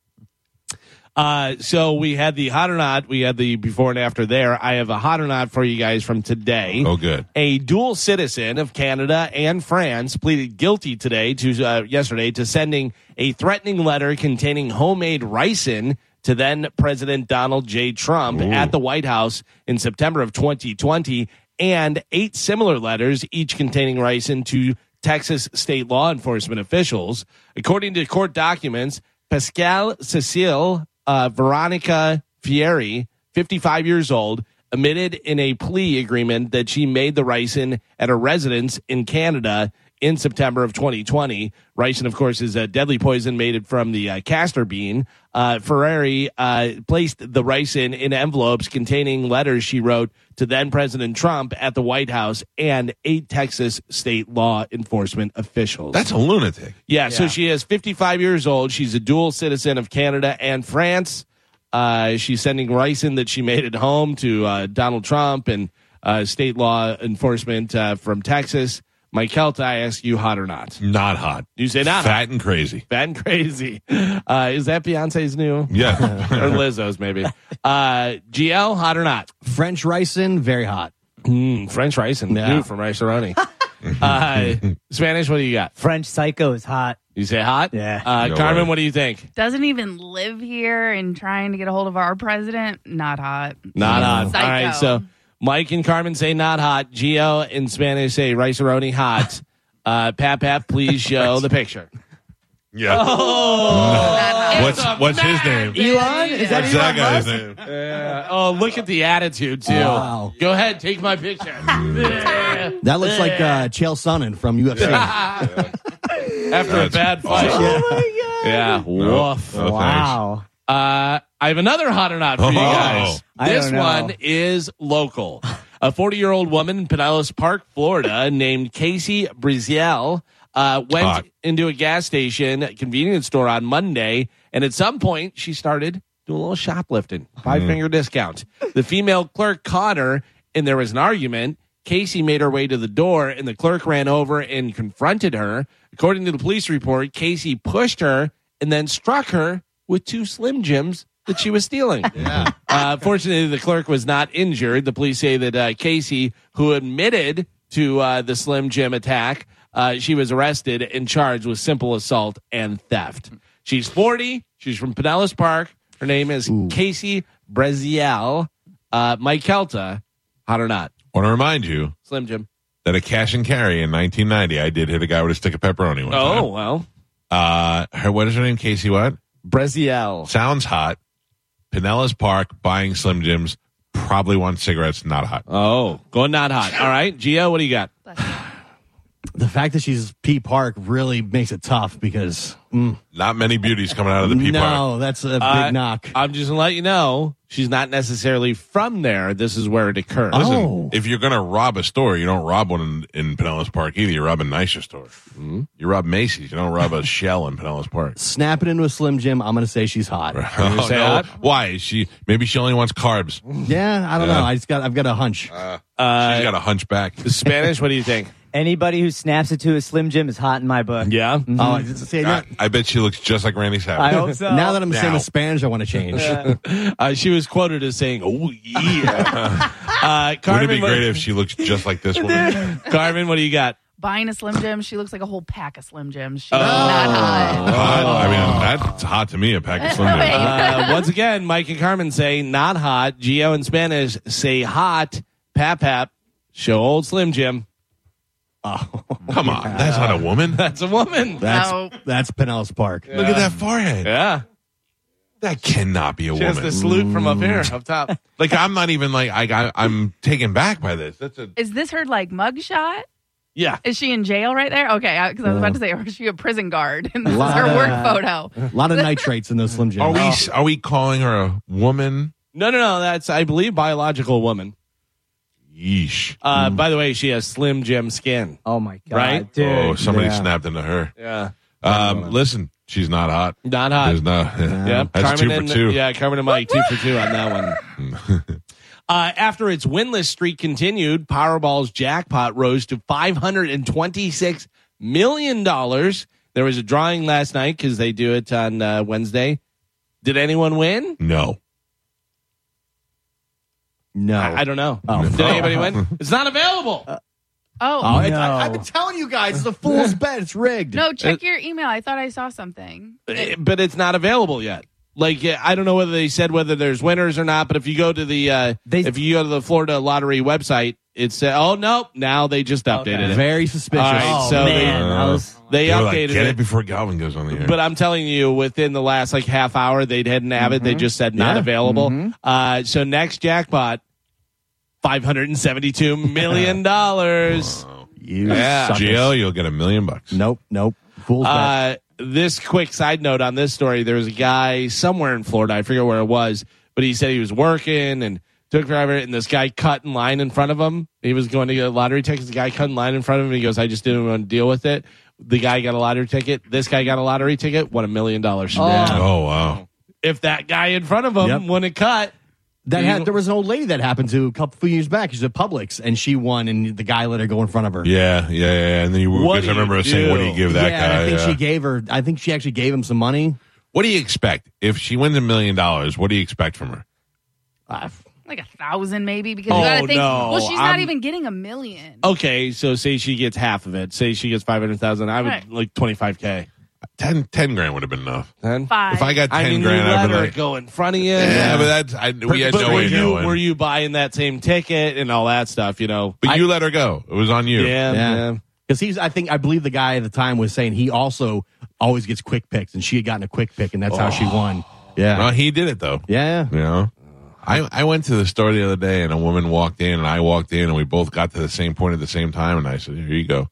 [SPEAKER 2] Uh, so we had the hot or not. We had the before and after there. I have a hot or not for you guys from today.
[SPEAKER 3] Oh, good.
[SPEAKER 2] A dual citizen of Canada and France pleaded guilty today to uh, yesterday to sending a threatening letter containing homemade ricin to then President Donald J. Trump at the White House in September of 2020, and eight similar letters, each containing ricin to Texas state law enforcement officials, according to court documents. Pascal Cecile uh, Veronica Fieri, 55 years old, admitted in a plea agreement that she made the ricin at her residence in Canada in September of 2020. Ricin, of course, is a deadly poison made from the uh, castor bean. Uh, Ferrari uh, placed the ricin in envelopes containing letters she wrote to then President Trump at the White House and eight Texas state law enforcement officials.
[SPEAKER 3] That's a lunatic.
[SPEAKER 2] Yeah, so she is 55 years old. She's a dual citizen of Canada and France. Uh, she's sending ricin that she made at home to uh, Donald Trump and uh, state law enforcement uh, from Texas. Mike Kelt, I ask you, hot or not?
[SPEAKER 3] Not hot.
[SPEAKER 2] You say not hot.
[SPEAKER 3] Fat and crazy.
[SPEAKER 2] Bad and crazy. Uh, is that Beyonce's new?
[SPEAKER 3] Yeah.
[SPEAKER 2] or Lizzo's, maybe. Uh, GL, hot or not?
[SPEAKER 5] French ricin, very hot.
[SPEAKER 2] Mm, French ricin,
[SPEAKER 5] Yeah.
[SPEAKER 2] new from Riceroni. uh, Spanish, what do you got?
[SPEAKER 4] French Psycho is hot.
[SPEAKER 2] You say hot?
[SPEAKER 4] Yeah.
[SPEAKER 2] Uh,
[SPEAKER 3] No
[SPEAKER 2] Carmen,
[SPEAKER 3] way.
[SPEAKER 2] what do you think?
[SPEAKER 6] Doesn't even live here and trying to get a hold of our president. Not hot.
[SPEAKER 2] Not hot.
[SPEAKER 6] Psycho.
[SPEAKER 2] All right, so Mike and Carmen say not hot. Gio in Spanish say riceroni hot. Uh, Pat Pat, please show the picture.
[SPEAKER 3] yeah.
[SPEAKER 2] Oh,
[SPEAKER 6] Not hot.
[SPEAKER 3] what's what's his name?
[SPEAKER 4] Elon? Is that
[SPEAKER 3] What's that
[SPEAKER 4] Elon?
[SPEAKER 3] guy's name?
[SPEAKER 2] oh, look at the attitude too.
[SPEAKER 5] Wow.
[SPEAKER 2] Go ahead, take my picture. After
[SPEAKER 5] That looks like uh, Chael Sonnen from UFC.
[SPEAKER 2] a
[SPEAKER 3] That's
[SPEAKER 2] bad fight.
[SPEAKER 5] awesome.
[SPEAKER 2] Yeah.
[SPEAKER 3] No.
[SPEAKER 2] Woof.
[SPEAKER 3] No, thanks.
[SPEAKER 4] Wow.
[SPEAKER 2] Uh, I have another hot or not for you
[SPEAKER 3] Oh.
[SPEAKER 2] guys.
[SPEAKER 4] I
[SPEAKER 2] This
[SPEAKER 4] don't know.
[SPEAKER 2] one is local. A 40 year old woman in Pinellas Park, Florida, named Casey Briziel, uh, went
[SPEAKER 3] Hot.
[SPEAKER 2] into a gas station a convenience store on Monday, and at some point she started doing a little shoplifting, five
[SPEAKER 4] Mm-hmm.
[SPEAKER 2] finger discount. The female clerk caught her, and there was an argument. Casey made her way to the door, and the clerk ran over and confronted her. According to the police report, Casey pushed her and then struck her with two Slim Jims that she was stealing. Uh, fortunately, the clerk was not injured. The police say that uh, Casey, who admitted to uh, the Slim Jim attack, uh, she was arrested and charged with simple assault and theft. She's 40. She's from Pinellas Park. Her name is Casey Breziel. Uh, Mike Kelta, hot or not?
[SPEAKER 3] Want to remind you
[SPEAKER 2] Slim Jim.
[SPEAKER 3] that a cash and carry in 1990, I did hit a guy with a stick of pepperoni one
[SPEAKER 2] Oh, well.
[SPEAKER 3] time. Uh, her, what is her name? Casey what?
[SPEAKER 2] Breziel.
[SPEAKER 3] Sounds hot. Pinellas Park buying Slim Jims. Probably one cigarette's not hot.
[SPEAKER 2] Oh, going not hot. All right. Gio, what do you got?
[SPEAKER 5] the fact that she's P Park really makes it tough because mm,
[SPEAKER 3] Not many beauties coming out of the pea
[SPEAKER 5] no,
[SPEAKER 3] park.
[SPEAKER 5] that's a big
[SPEAKER 2] Uh,
[SPEAKER 5] knock.
[SPEAKER 2] I'm just going to let you know she's not necessarily from there. This is where it occurred.
[SPEAKER 3] Listen,
[SPEAKER 5] Oh.
[SPEAKER 3] if you're going to rob a store, you don't rob one in, in Pinellas Park either. You rob a nicer store. You rob Macy's. You don't rob a shell in Pinellas Park.
[SPEAKER 5] Snap it into a Slim Jim. I'm gonna say she's hot.
[SPEAKER 3] Oh,
[SPEAKER 2] say
[SPEAKER 3] no.
[SPEAKER 2] hot?
[SPEAKER 3] Why? Is She maybe she only wants carbs.
[SPEAKER 5] Yeah, I don't
[SPEAKER 3] Yeah.
[SPEAKER 5] know. I just got I've got a hunch.
[SPEAKER 3] She's got a hunchback.
[SPEAKER 2] Spanish, what do you think?
[SPEAKER 4] Anybody who snaps it to a Slim Jim is hot in my book.
[SPEAKER 2] Yeah.
[SPEAKER 5] oh, I just- see, now,
[SPEAKER 3] I, I bet she looks just like Randy
[SPEAKER 4] I
[SPEAKER 3] Savage.
[SPEAKER 4] hope so.
[SPEAKER 5] now that I'm saying
[SPEAKER 3] Now.
[SPEAKER 5] with Spanish, I want to change.
[SPEAKER 2] Uh, she was quoted as saying, "Oh yeah." uh,
[SPEAKER 3] Wouldn't it
[SPEAKER 2] Carmen,
[SPEAKER 3] be great
[SPEAKER 2] what,
[SPEAKER 3] if she looks just like this woman?
[SPEAKER 2] Carmen, what do you got?
[SPEAKER 6] Buying a Slim Jim. She looks like a whole pack of Slim Jims. She's not hot.
[SPEAKER 3] Hot? I mean, that's hot to me. A pack of Slim Jims.
[SPEAKER 2] Uh, once again, Mike and Carmen say not hot. Geo in Spanish say hot. Pap pap. Show old Slim Jim.
[SPEAKER 3] Come on, that's not a woman.
[SPEAKER 2] That's a woman.
[SPEAKER 5] That's
[SPEAKER 6] No.
[SPEAKER 5] that's Pinellas Park.
[SPEAKER 3] Look at that forehead.
[SPEAKER 2] yeah.
[SPEAKER 3] That cannot be a
[SPEAKER 2] She has
[SPEAKER 3] woman.
[SPEAKER 2] the salute from up here, up top.
[SPEAKER 3] Like I'm not even like I, I I'm taken back by this. That's a
[SPEAKER 6] Is this her like mugshot?
[SPEAKER 2] Yeah.
[SPEAKER 6] Is she in jail right there? Okay, because I was about to say, or is she a prison guard? And this is
[SPEAKER 5] Lot
[SPEAKER 6] her
[SPEAKER 5] of-
[SPEAKER 6] work photo.
[SPEAKER 5] A lot of nitrates in those Slim Jims.
[SPEAKER 3] Are we are we calling her a woman?
[SPEAKER 2] No, no, no. That's I believe biological woman.
[SPEAKER 3] Yeesh.
[SPEAKER 2] Uh, By the way, she has Slim Jim skin.
[SPEAKER 4] Oh my god,
[SPEAKER 2] Right?
[SPEAKER 4] dude.
[SPEAKER 3] oh, somebody
[SPEAKER 5] yeah.
[SPEAKER 3] snapped into her.
[SPEAKER 2] Yeah.
[SPEAKER 3] Um, listen, she's not hot.
[SPEAKER 2] Not hot.
[SPEAKER 3] There's no.
[SPEAKER 2] Yeah,
[SPEAKER 3] That's two for
[SPEAKER 2] and,
[SPEAKER 3] two.
[SPEAKER 2] Yeah, Carmen and Mike, two for two on that one. Uh, after its winless streak continued, Powerball's jackpot rose to five hundred and twenty-six million dollars. There was a drawing last night because they do it on uh, Wednesday. Did anyone win?
[SPEAKER 3] No.
[SPEAKER 5] No.
[SPEAKER 2] I, I don't know.
[SPEAKER 5] Oh.
[SPEAKER 2] Did anybody win? It's not available.
[SPEAKER 6] Oh,
[SPEAKER 5] it's-
[SPEAKER 4] No.
[SPEAKER 5] I, have been telling you guys, it's a fool's bet. It's rigged.
[SPEAKER 6] no, check your email. I thought I saw something.
[SPEAKER 2] Eh, but it's not available yet. Like eh, I don't know whether they said whether there's winners or not, but if you go to the uh,
[SPEAKER 4] They-
[SPEAKER 2] if you go to the Florida Lottery website, it said, "Oh no, now they just updated it."
[SPEAKER 5] Very suspicious.
[SPEAKER 2] All right,
[SPEAKER 4] Oh
[SPEAKER 2] so they-
[SPEAKER 4] man, I was.
[SPEAKER 2] They,
[SPEAKER 3] They were
[SPEAKER 2] updated
[SPEAKER 3] like, get
[SPEAKER 2] it.
[SPEAKER 3] it before Galvin goes on the air.
[SPEAKER 2] But I'm telling you, within the last like
[SPEAKER 4] Mm-hmm.
[SPEAKER 2] half hour, they didn't have it. They just said not
[SPEAKER 5] Yeah.
[SPEAKER 2] available. Uh, so next jackpot, five hundred and seventy-two million
[SPEAKER 3] Oh,
[SPEAKER 2] dollars.
[SPEAKER 5] You
[SPEAKER 3] Yeah,
[SPEAKER 5] suckers.
[SPEAKER 3] Gio, you'll get a million bucks.
[SPEAKER 5] Nope, nope. Fool's bet.
[SPEAKER 2] Uh, this quick side note on this story: there was a guy somewhere in Florida, I forget where it was, but he said he was working and took forever. And this guy cut in line in front of him. He was going to get a lottery ticket. The guy cut in line in front of him. And he goes, "I just didn't want to deal with it." The guy got a lottery ticket. This guy got a lottery ticket. Won a million dollars.
[SPEAKER 3] Oh wow.
[SPEAKER 2] If that guy in front of him
[SPEAKER 5] Yep.
[SPEAKER 2] wouldn't cut,
[SPEAKER 5] That
[SPEAKER 2] you-
[SPEAKER 5] had, there was an old lady that happened to a couple few years back. She's at Publix, and she won, and the guy let her go in front of her.
[SPEAKER 3] Yeah, yeah, yeah. And then you
[SPEAKER 2] What
[SPEAKER 3] because I
[SPEAKER 2] do you
[SPEAKER 3] remember us saying, "What do you
[SPEAKER 2] do?"
[SPEAKER 3] give that
[SPEAKER 5] Yeah, and
[SPEAKER 3] guy?"
[SPEAKER 5] I think
[SPEAKER 3] Yeah.
[SPEAKER 5] she gave her. I think she actually gave him some money.
[SPEAKER 3] what do you expect if she wins a million dollars? What do you expect from her?
[SPEAKER 5] Ah,
[SPEAKER 6] like a thousand maybe because
[SPEAKER 2] Oh,
[SPEAKER 6] you gotta think
[SPEAKER 2] no,
[SPEAKER 6] well she's not
[SPEAKER 2] I'm- Oh,
[SPEAKER 6] even getting a million
[SPEAKER 2] okay. So say she gets half of it. Say she gets five hundred thousand. I would
[SPEAKER 6] Right.
[SPEAKER 2] like twenty-five k.
[SPEAKER 3] Ten, ten grand would have been enough.
[SPEAKER 2] Then
[SPEAKER 6] five
[SPEAKER 3] If I got ten
[SPEAKER 2] I mean,
[SPEAKER 3] grand,
[SPEAKER 2] you
[SPEAKER 3] I'd
[SPEAKER 2] let
[SPEAKER 3] be
[SPEAKER 2] her
[SPEAKER 3] like,
[SPEAKER 2] go in front of you.
[SPEAKER 3] yeah, but that's I, we had
[SPEAKER 2] but
[SPEAKER 3] no
[SPEAKER 2] were
[SPEAKER 3] way
[SPEAKER 2] you
[SPEAKER 3] knowing.
[SPEAKER 2] were you buying that same ticket and all that stuff? You know,
[SPEAKER 3] but you let her go. It was on you.
[SPEAKER 2] yeah, yeah.
[SPEAKER 5] yeah, because he's. I think I believe the guy at the time was saying he also always gets quick picks, and she had gotten a quick pick, and that's how
[SPEAKER 3] Oh.
[SPEAKER 5] she won. Yeah,
[SPEAKER 3] Well, he did it though.
[SPEAKER 5] yeah.
[SPEAKER 3] You know, I I went to the store the other day and a woman walked in and I walked in and we both got to the same point at the same time and I said, "Here you go,"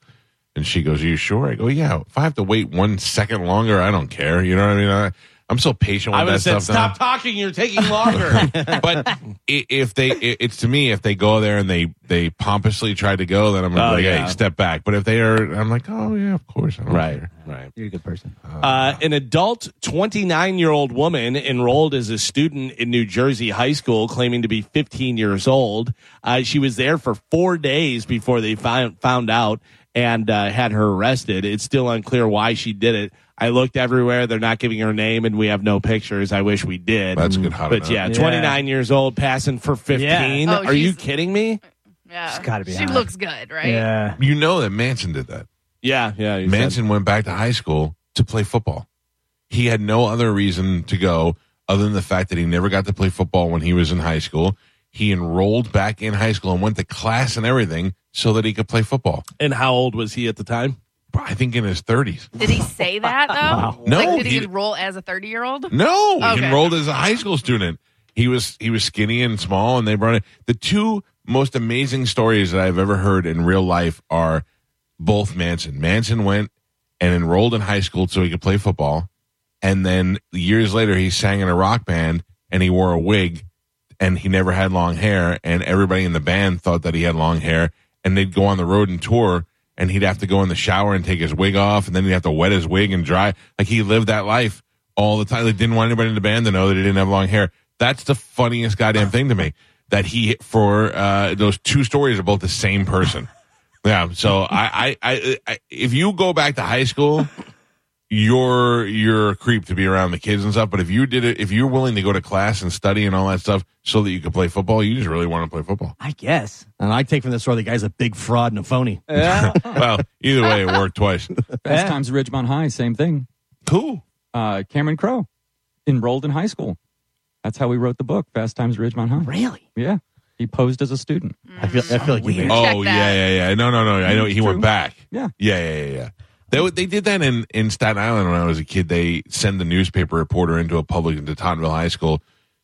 [SPEAKER 3] and she goes, "Are you sure?" I go, "Yeah." If I have to wait one second longer, I don't care. You know what I mean? I, I'm so patient with
[SPEAKER 2] I would
[SPEAKER 3] that
[SPEAKER 2] have said,
[SPEAKER 3] stuff. Oh, now."
[SPEAKER 2] "Stop talking! You're taking longer."
[SPEAKER 3] but i- if they, i- it's to me, if they go there and they they pompously try to go, then I'm gonna
[SPEAKER 2] Oh,
[SPEAKER 3] be like,
[SPEAKER 2] yeah.
[SPEAKER 3] "Hey, step back." But if they are, I'm like, "Oh yeah, of course." I don't care."
[SPEAKER 2] right.
[SPEAKER 4] You're a good person.
[SPEAKER 2] Uh, an adult 29 year old woman enrolled as a student in New Jersey high school, claiming to be 15 years old. Uh, she was there for four days before they found found out and uh, had her arrested. It's still unclear why she did it. I looked everywhere. They're not giving her name, and we have no pictures. I wish we did.
[SPEAKER 3] That's good. How to
[SPEAKER 2] But
[SPEAKER 3] know.
[SPEAKER 2] yeah, 29 years old, passing for 15.
[SPEAKER 6] Yeah. Oh,
[SPEAKER 2] Are you
[SPEAKER 6] she's-
[SPEAKER 2] kidding me?
[SPEAKER 6] yeah
[SPEAKER 4] She's gotta be
[SPEAKER 6] she
[SPEAKER 4] hot.
[SPEAKER 6] looks good
[SPEAKER 2] uh,
[SPEAKER 6] right
[SPEAKER 4] Yeah.
[SPEAKER 3] you know that Manson did that.
[SPEAKER 2] Yeah, yeah. you said-
[SPEAKER 3] Manson went back to high school to play football. He had no other reason to go other than the fact that he never got to play football when he was in high school. He enrolled back in high school and went to class and everything so that he could play football.
[SPEAKER 2] And how old was he at the time?
[SPEAKER 3] I think in his 30s.
[SPEAKER 6] did he say that though
[SPEAKER 3] No,
[SPEAKER 6] like did he,
[SPEAKER 3] he-
[SPEAKER 6] enroll as a 30 year old
[SPEAKER 3] No, he
[SPEAKER 6] Okay.
[SPEAKER 3] enrolled as a high school student. He was he was skinny and small, and they brought it. The two most amazing stories that I've ever heard in real life are both Manson. Manson went and enrolled in high school so he could play football, and then years later he sang in a rock band and he wore a wig, and he never had long hair, and everybody in the band thought that he had long hair, and they'd go on the road and tour. And he'd have to go in the shower and take his wig off, and then he'd have to wet his wig and dry. Like he lived that life all the time. They didn't want anybody in the band to know that he didn't have long hair. That's the funniest goddamn thing to me. That he for uh, those two stories are both the same person. Yeah. So I, I, I, I, if you go back to high school, you're you're a creep to be around the kids and stuff. But if you did it, if you're willing to go to class and study and all that stuff so that you could play football, you just really want to play football.
[SPEAKER 4] I guess.
[SPEAKER 5] And I take from this story the guy's a big fraud and a phony.
[SPEAKER 3] well, either way, it worked twice.
[SPEAKER 7] Fast Times at Ridgemont High, same thing.
[SPEAKER 3] Cool.
[SPEAKER 7] Uh, Cameron Crowe enrolled in high school. That's how we wrote the book, Fast Times at Ridgemont High.
[SPEAKER 4] Really?
[SPEAKER 7] Yeah. He posed as a student.
[SPEAKER 5] I feel, I feel like you made it.
[SPEAKER 3] Oh
[SPEAKER 6] Check
[SPEAKER 3] yeah,
[SPEAKER 6] that.
[SPEAKER 3] yeah, yeah. No, no, no. I know he went back.
[SPEAKER 7] Yeah.
[SPEAKER 3] yeah, yeah, yeah. yeah. They would- they did that in in Staten Island when I was a kid. They send the newspaper reporter into a public into Tottenville High School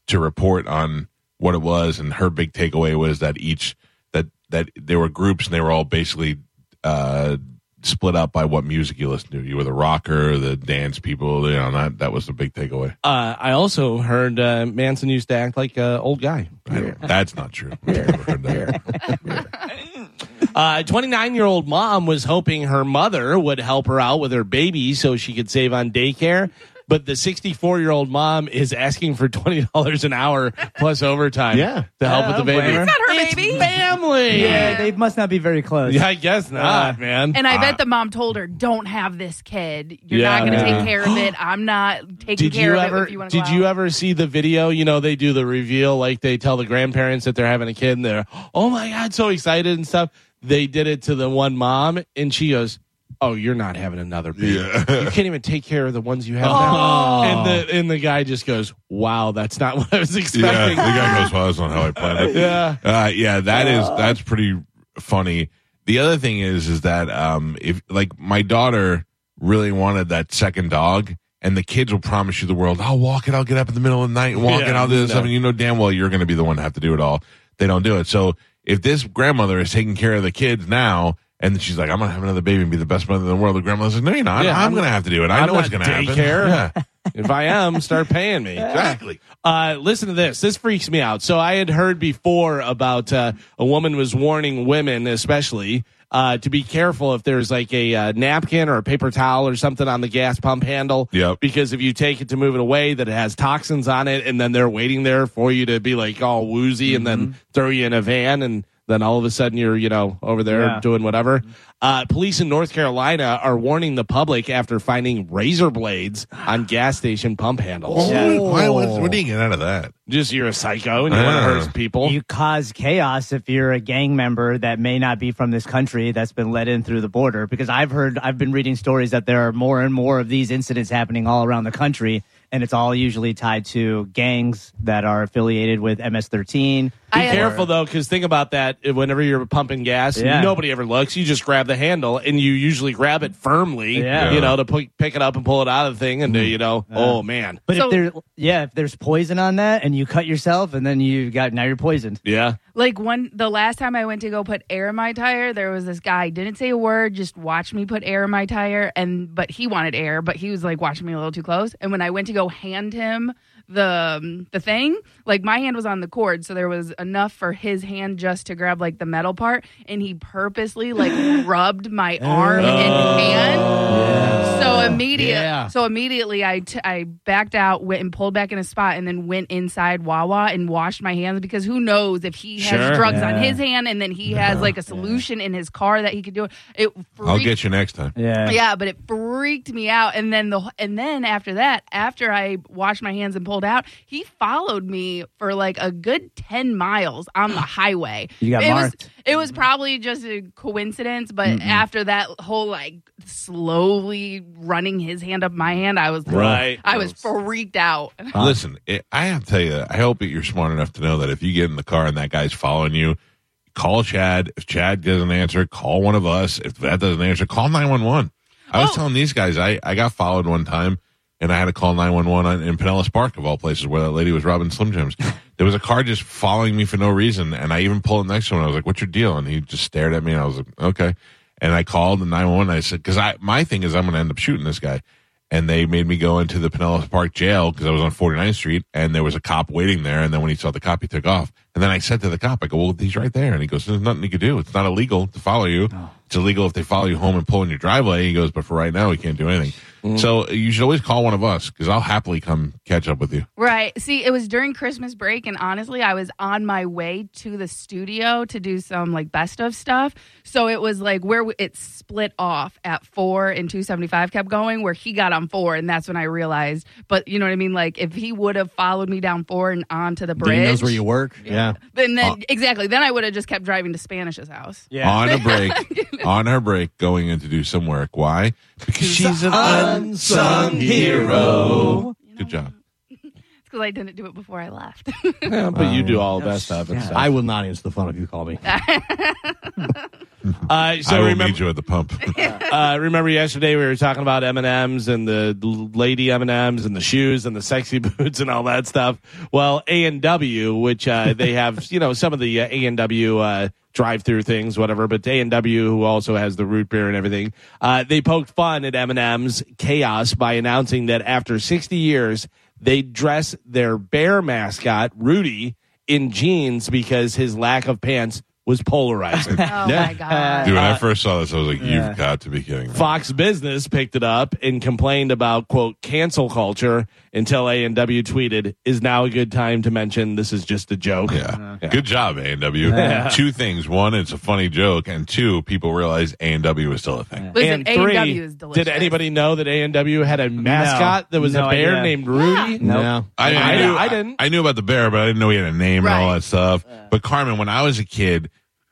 [SPEAKER 3] to report on what it was, and her big takeaway was that each that that there were groups and they were all basically uh, split up by what music you listened to. You were the rocker, the dance people. You know that that was the big takeaway.
[SPEAKER 2] Uh, I also heard uh, Manson used to act like an old guy.
[SPEAKER 3] I don't- That's not true. I've never heard that.
[SPEAKER 2] Uh, 29 year old mom was hoping her mother would help her out with her baby so she could save on daycare. But the 64 year old mom is asking for $20 an hour plus overtime
[SPEAKER 5] Yeah.
[SPEAKER 2] to help with the
[SPEAKER 4] Yeah, I
[SPEAKER 2] baby.
[SPEAKER 4] don't blame her.
[SPEAKER 6] It's not her
[SPEAKER 2] It's
[SPEAKER 6] baby.
[SPEAKER 2] family.
[SPEAKER 4] Yeah, they must not be very close.
[SPEAKER 2] Yeah, I guess not, man.
[SPEAKER 6] and I bet the mom told her, "Don't have this kid. You're
[SPEAKER 2] Yeah.
[SPEAKER 6] not going to
[SPEAKER 2] Yeah.
[SPEAKER 6] take care of it. I'm not taking
[SPEAKER 2] did
[SPEAKER 6] care
[SPEAKER 2] you
[SPEAKER 6] of it.
[SPEAKER 2] ever
[SPEAKER 6] If you want to
[SPEAKER 2] did you ever see the video you know they do the reveal like they tell the grandparents that they're having a kid and they're oh my god so excited and stuff they did it to the one mom and she goes oh you're not having another baby
[SPEAKER 3] Yeah. Oh.
[SPEAKER 2] you can't even take care of the ones you have now and the and the guy just goes wow that's not what i was
[SPEAKER 3] yeah, the
[SPEAKER 2] expecting
[SPEAKER 3] guy goes, "Well, that's not how I planned it."
[SPEAKER 2] yeah
[SPEAKER 3] Uh, yeah, that is that's pretty funny. The other thing is is that um, if like my daughter really wanted that second dog, and the kids will promise you the world. I'll walk it. I'll get up in the middle of the night and walk
[SPEAKER 2] Yeah,
[SPEAKER 3] it. I'll do this
[SPEAKER 2] no.
[SPEAKER 3] stuff, and you know damn well you're going to be the one to have to do it all. They don't do it. So if this grandmother is taking care of the kids now, and she's like, I'm gonna have another baby and be the best mother in the world, the grandmother says, No, you're not.
[SPEAKER 2] Yeah,
[SPEAKER 3] I'm,
[SPEAKER 2] I'm-
[SPEAKER 3] gonna have to do it. I
[SPEAKER 2] I'm
[SPEAKER 3] know what's
[SPEAKER 2] not
[SPEAKER 3] gonna happen.
[SPEAKER 2] daycare.
[SPEAKER 3] Yeah,
[SPEAKER 2] if I am, start paying me.
[SPEAKER 3] exactly.
[SPEAKER 2] Uh, listen to this. This freaks me out. So I had heard before about uh, a woman was warning women, especially, uh, to be careful if there's like a uh, napkin or a paper towel or something on the gas pump handle.
[SPEAKER 3] Yep.
[SPEAKER 2] Because if you take it to move it away, that it has toxins on it, and then they're waiting there for you to be like all woozy, and
[SPEAKER 3] Mm-hmm.
[SPEAKER 2] then throw you in a van and. Then all of a sudden you're, you know, over there
[SPEAKER 4] Yeah.
[SPEAKER 2] doing whatever. Uh, police in North Carolina are warning the public after finding razor blades on gas station pump handles
[SPEAKER 3] Oh. Why, what, what do you get out of that?
[SPEAKER 2] just you're a psycho and you want
[SPEAKER 3] Yeah.
[SPEAKER 2] to hurt people.
[SPEAKER 4] You cause chaos if you're a gang member that may not be from this country that's been let in through the border. Because I've heard, I've been reading stories that there are more and more of these incidents happening all around the country, and it's all usually tied to gangs that are affiliated with MS-13.
[SPEAKER 2] be
[SPEAKER 6] I-
[SPEAKER 2] careful though, because think about that. uh, Whenever you're pumping gas,
[SPEAKER 4] Yeah.
[SPEAKER 2] nobody ever looks. You just grab the handle, and you usually grab it firmly.
[SPEAKER 4] Yeah.
[SPEAKER 2] you know to pu- pick it up and pull it out of the thing, and uh, you know, oh man,
[SPEAKER 4] But
[SPEAKER 6] So-
[SPEAKER 4] if there, yeah, if there's poison on that and you cut yourself, and then you got now you're poisoned.
[SPEAKER 2] yeah,
[SPEAKER 6] Like one, the last time I went to go put air in my tire, there was this guy didn't say a word, just watched me put air in my tire, and but he wanted air, but he was like watching me a little too close. And when I went to go hand him the um, the thing, like my hand was on the cord, so there was enough for his hand just to grab like the metal part, and he purposely like rubbed my arm and hand. So immediate,
[SPEAKER 5] Yeah.
[SPEAKER 6] so immediately I t- I backed out, went and pulled back in a spot, and then went inside Wawa and washed my hands because who knows if he
[SPEAKER 2] Sure.
[SPEAKER 6] has drugs on
[SPEAKER 4] Yeah.
[SPEAKER 6] his hand and then he has like a solution in his car that he could do it. It freaked,
[SPEAKER 3] I'll get you next time.
[SPEAKER 4] Yeah.
[SPEAKER 6] yeah, but it freaked me out. And then the and then after that, after I washed my hands and pulled out, he followed me for like a good ten miles on the highway.
[SPEAKER 4] You got
[SPEAKER 6] it
[SPEAKER 4] marked.
[SPEAKER 6] was it was probably just a coincidence, but after that whole like slowly running his hand up my hand, I was
[SPEAKER 2] Right.
[SPEAKER 6] I was freaked out.
[SPEAKER 3] Listen, it, I have to tell you, I hope that you're smart enough to know that if you get in the car and that guy's following you, call Chad. If Chad doesn't answer, call one of us. If that doesn't answer, call 911. I was
[SPEAKER 6] Oh.
[SPEAKER 3] telling these guys, I, I got followed one time and I had to call 911 on- in Pinellas Park, of all places, where that lady was robbing Slim Jims. there was a car just following me for no reason. And I even pulled next to him. And I was like, what's your deal? And he just stared at me and I was like, okay. And I called the 911. I said, because I my thing is I'm going to end up shooting this guy and they made me go into the Pinellas Park jail because I was on 49th Street and there was a cop waiting there. And then when he saw the cop, he took off. And then I said to the cop, I go, well, he's right there. And he goes, there's nothing he could do. It's not illegal to follow you. It's illegal if they follow you home and pull in your driveway. He goes, but for right now, he can't do anything. So you should always call one of us because I'll happily come catch up with you.
[SPEAKER 6] Right. See, it was during Christmas break, and honestly, I was on my way to the studio to do some like best of stuff. So it was like where w- it split off at four and 275 kept going, where he got on four, and that's when I realized. But you know what I mean? Like if he would have followed me down four and onto the
[SPEAKER 5] Dane
[SPEAKER 6] bridge,
[SPEAKER 5] knows where you work. Yeah.
[SPEAKER 6] then, then exactly, then I would have just kept driving to Spanish's house.
[SPEAKER 3] On a break, on her break, going in to do some work. Why? Because she's an unsung hero. Good job.
[SPEAKER 6] It's because I didn't do it before I left. Oh
[SPEAKER 2] Yeah, but you do all the best stuff. And stuff.
[SPEAKER 5] I will not answer the phone if you call me.
[SPEAKER 2] Uh, so
[SPEAKER 3] I will
[SPEAKER 2] remember,
[SPEAKER 3] meet you at the pump.
[SPEAKER 2] uh, remember yesterday we were talking about M and M's and the l- lady M and M's and the shoes and the sexy boots and all that stuff. Well, A and W, which uh, they have, you know, some of the A and W uh, drive-through things, whatever. But A and W, who also has the root beer and everything, uh, they poked fun at M and M's chaos by announcing that after 60 years, they dress their bear mascot Rudy in jeans because his lack of pants was polarizing.
[SPEAKER 6] oh my god.
[SPEAKER 3] Dude, when I first saw this, I was like, "You've got to be kidding!" me.
[SPEAKER 2] Fox Business picked it up and complained about quote cancel culture until A and W tweeted is now a good time to mention this is just a joke.
[SPEAKER 3] Yeah. good job, A and W. Two things: one, it's a funny joke, and two, people realize A and W is still a thing.
[SPEAKER 6] Listen,
[SPEAKER 2] And
[SPEAKER 6] A and
[SPEAKER 2] three,
[SPEAKER 6] W is delicious.
[SPEAKER 2] did anybody know that A and W had a mascot that was
[SPEAKER 4] No
[SPEAKER 2] a bear
[SPEAKER 4] idea.
[SPEAKER 2] named Rudy?
[SPEAKER 5] No.
[SPEAKER 3] I,
[SPEAKER 2] I-
[SPEAKER 3] knew,
[SPEAKER 2] I didn't.
[SPEAKER 3] I knew about the bear, but I didn't know he had a name and all
[SPEAKER 6] Right.
[SPEAKER 3] that stuff. But Carmen, when I was a kid,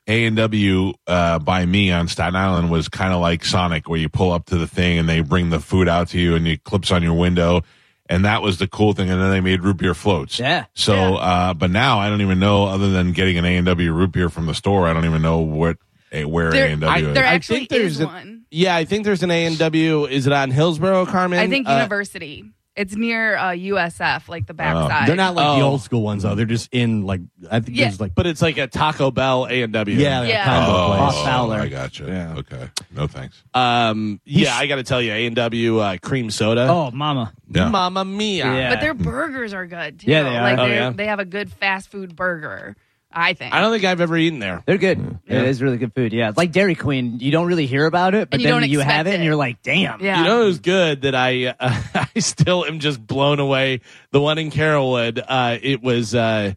[SPEAKER 3] A and W uh, by me on Staten Island was kind of like Sonic, where you pull up to the thing and they bring the food out to you, and it clips on your window. And that was the cool thing. And then they made root beer floats.
[SPEAKER 4] Yeah.
[SPEAKER 3] So, Uh, but now I don't even know. Other than getting an A and W root beer from the store, I don't even know what eh, where A
[SPEAKER 6] There-
[SPEAKER 3] and W is.
[SPEAKER 6] there
[SPEAKER 2] I
[SPEAKER 6] actually
[SPEAKER 2] think there's
[SPEAKER 6] is
[SPEAKER 2] a-
[SPEAKER 6] one.
[SPEAKER 2] Yeah, I think there's an A and W. Is it on Hillsborough, Carmen?
[SPEAKER 6] I think
[SPEAKER 2] Uh,
[SPEAKER 6] university It's near uh, USF, like the backside.
[SPEAKER 5] They're not like the
[SPEAKER 2] Oh.
[SPEAKER 5] old school ones though. They're just in like I think
[SPEAKER 6] Yeah.
[SPEAKER 5] there's like
[SPEAKER 2] But it's like a Taco Bell A and W.
[SPEAKER 5] yeah, like a
[SPEAKER 6] Yeah.
[SPEAKER 5] combo
[SPEAKER 3] Oh,
[SPEAKER 5] place.
[SPEAKER 4] Fowler.
[SPEAKER 3] I gotcha.
[SPEAKER 2] Yeah.
[SPEAKER 3] Okay. No thanks.
[SPEAKER 2] Um. Yeah, I got to tell you, A and W uh, cream soda.
[SPEAKER 4] Oh, mama.
[SPEAKER 3] Yeah.
[SPEAKER 2] Mamma mia.
[SPEAKER 4] Yeah.
[SPEAKER 6] But their burgers are good too.
[SPEAKER 4] Yeah, they are.
[SPEAKER 6] Like
[SPEAKER 2] Oh,
[SPEAKER 6] they're-
[SPEAKER 2] yeah.
[SPEAKER 6] they have a good fast food burger. I think.
[SPEAKER 2] I don't think I've ever eaten there.
[SPEAKER 4] They're good. It is really good food. Yeah. It's like Dairy Queen. You don't really hear about it, but
[SPEAKER 6] And you
[SPEAKER 4] then
[SPEAKER 6] don't
[SPEAKER 4] you
[SPEAKER 6] expect
[SPEAKER 4] have it, and
[SPEAKER 6] it.
[SPEAKER 4] you're like, damn.
[SPEAKER 6] Yeah.
[SPEAKER 2] You know, it was good that I uh, I still am just blown away. The one in Carrollwood, uh, it was uh,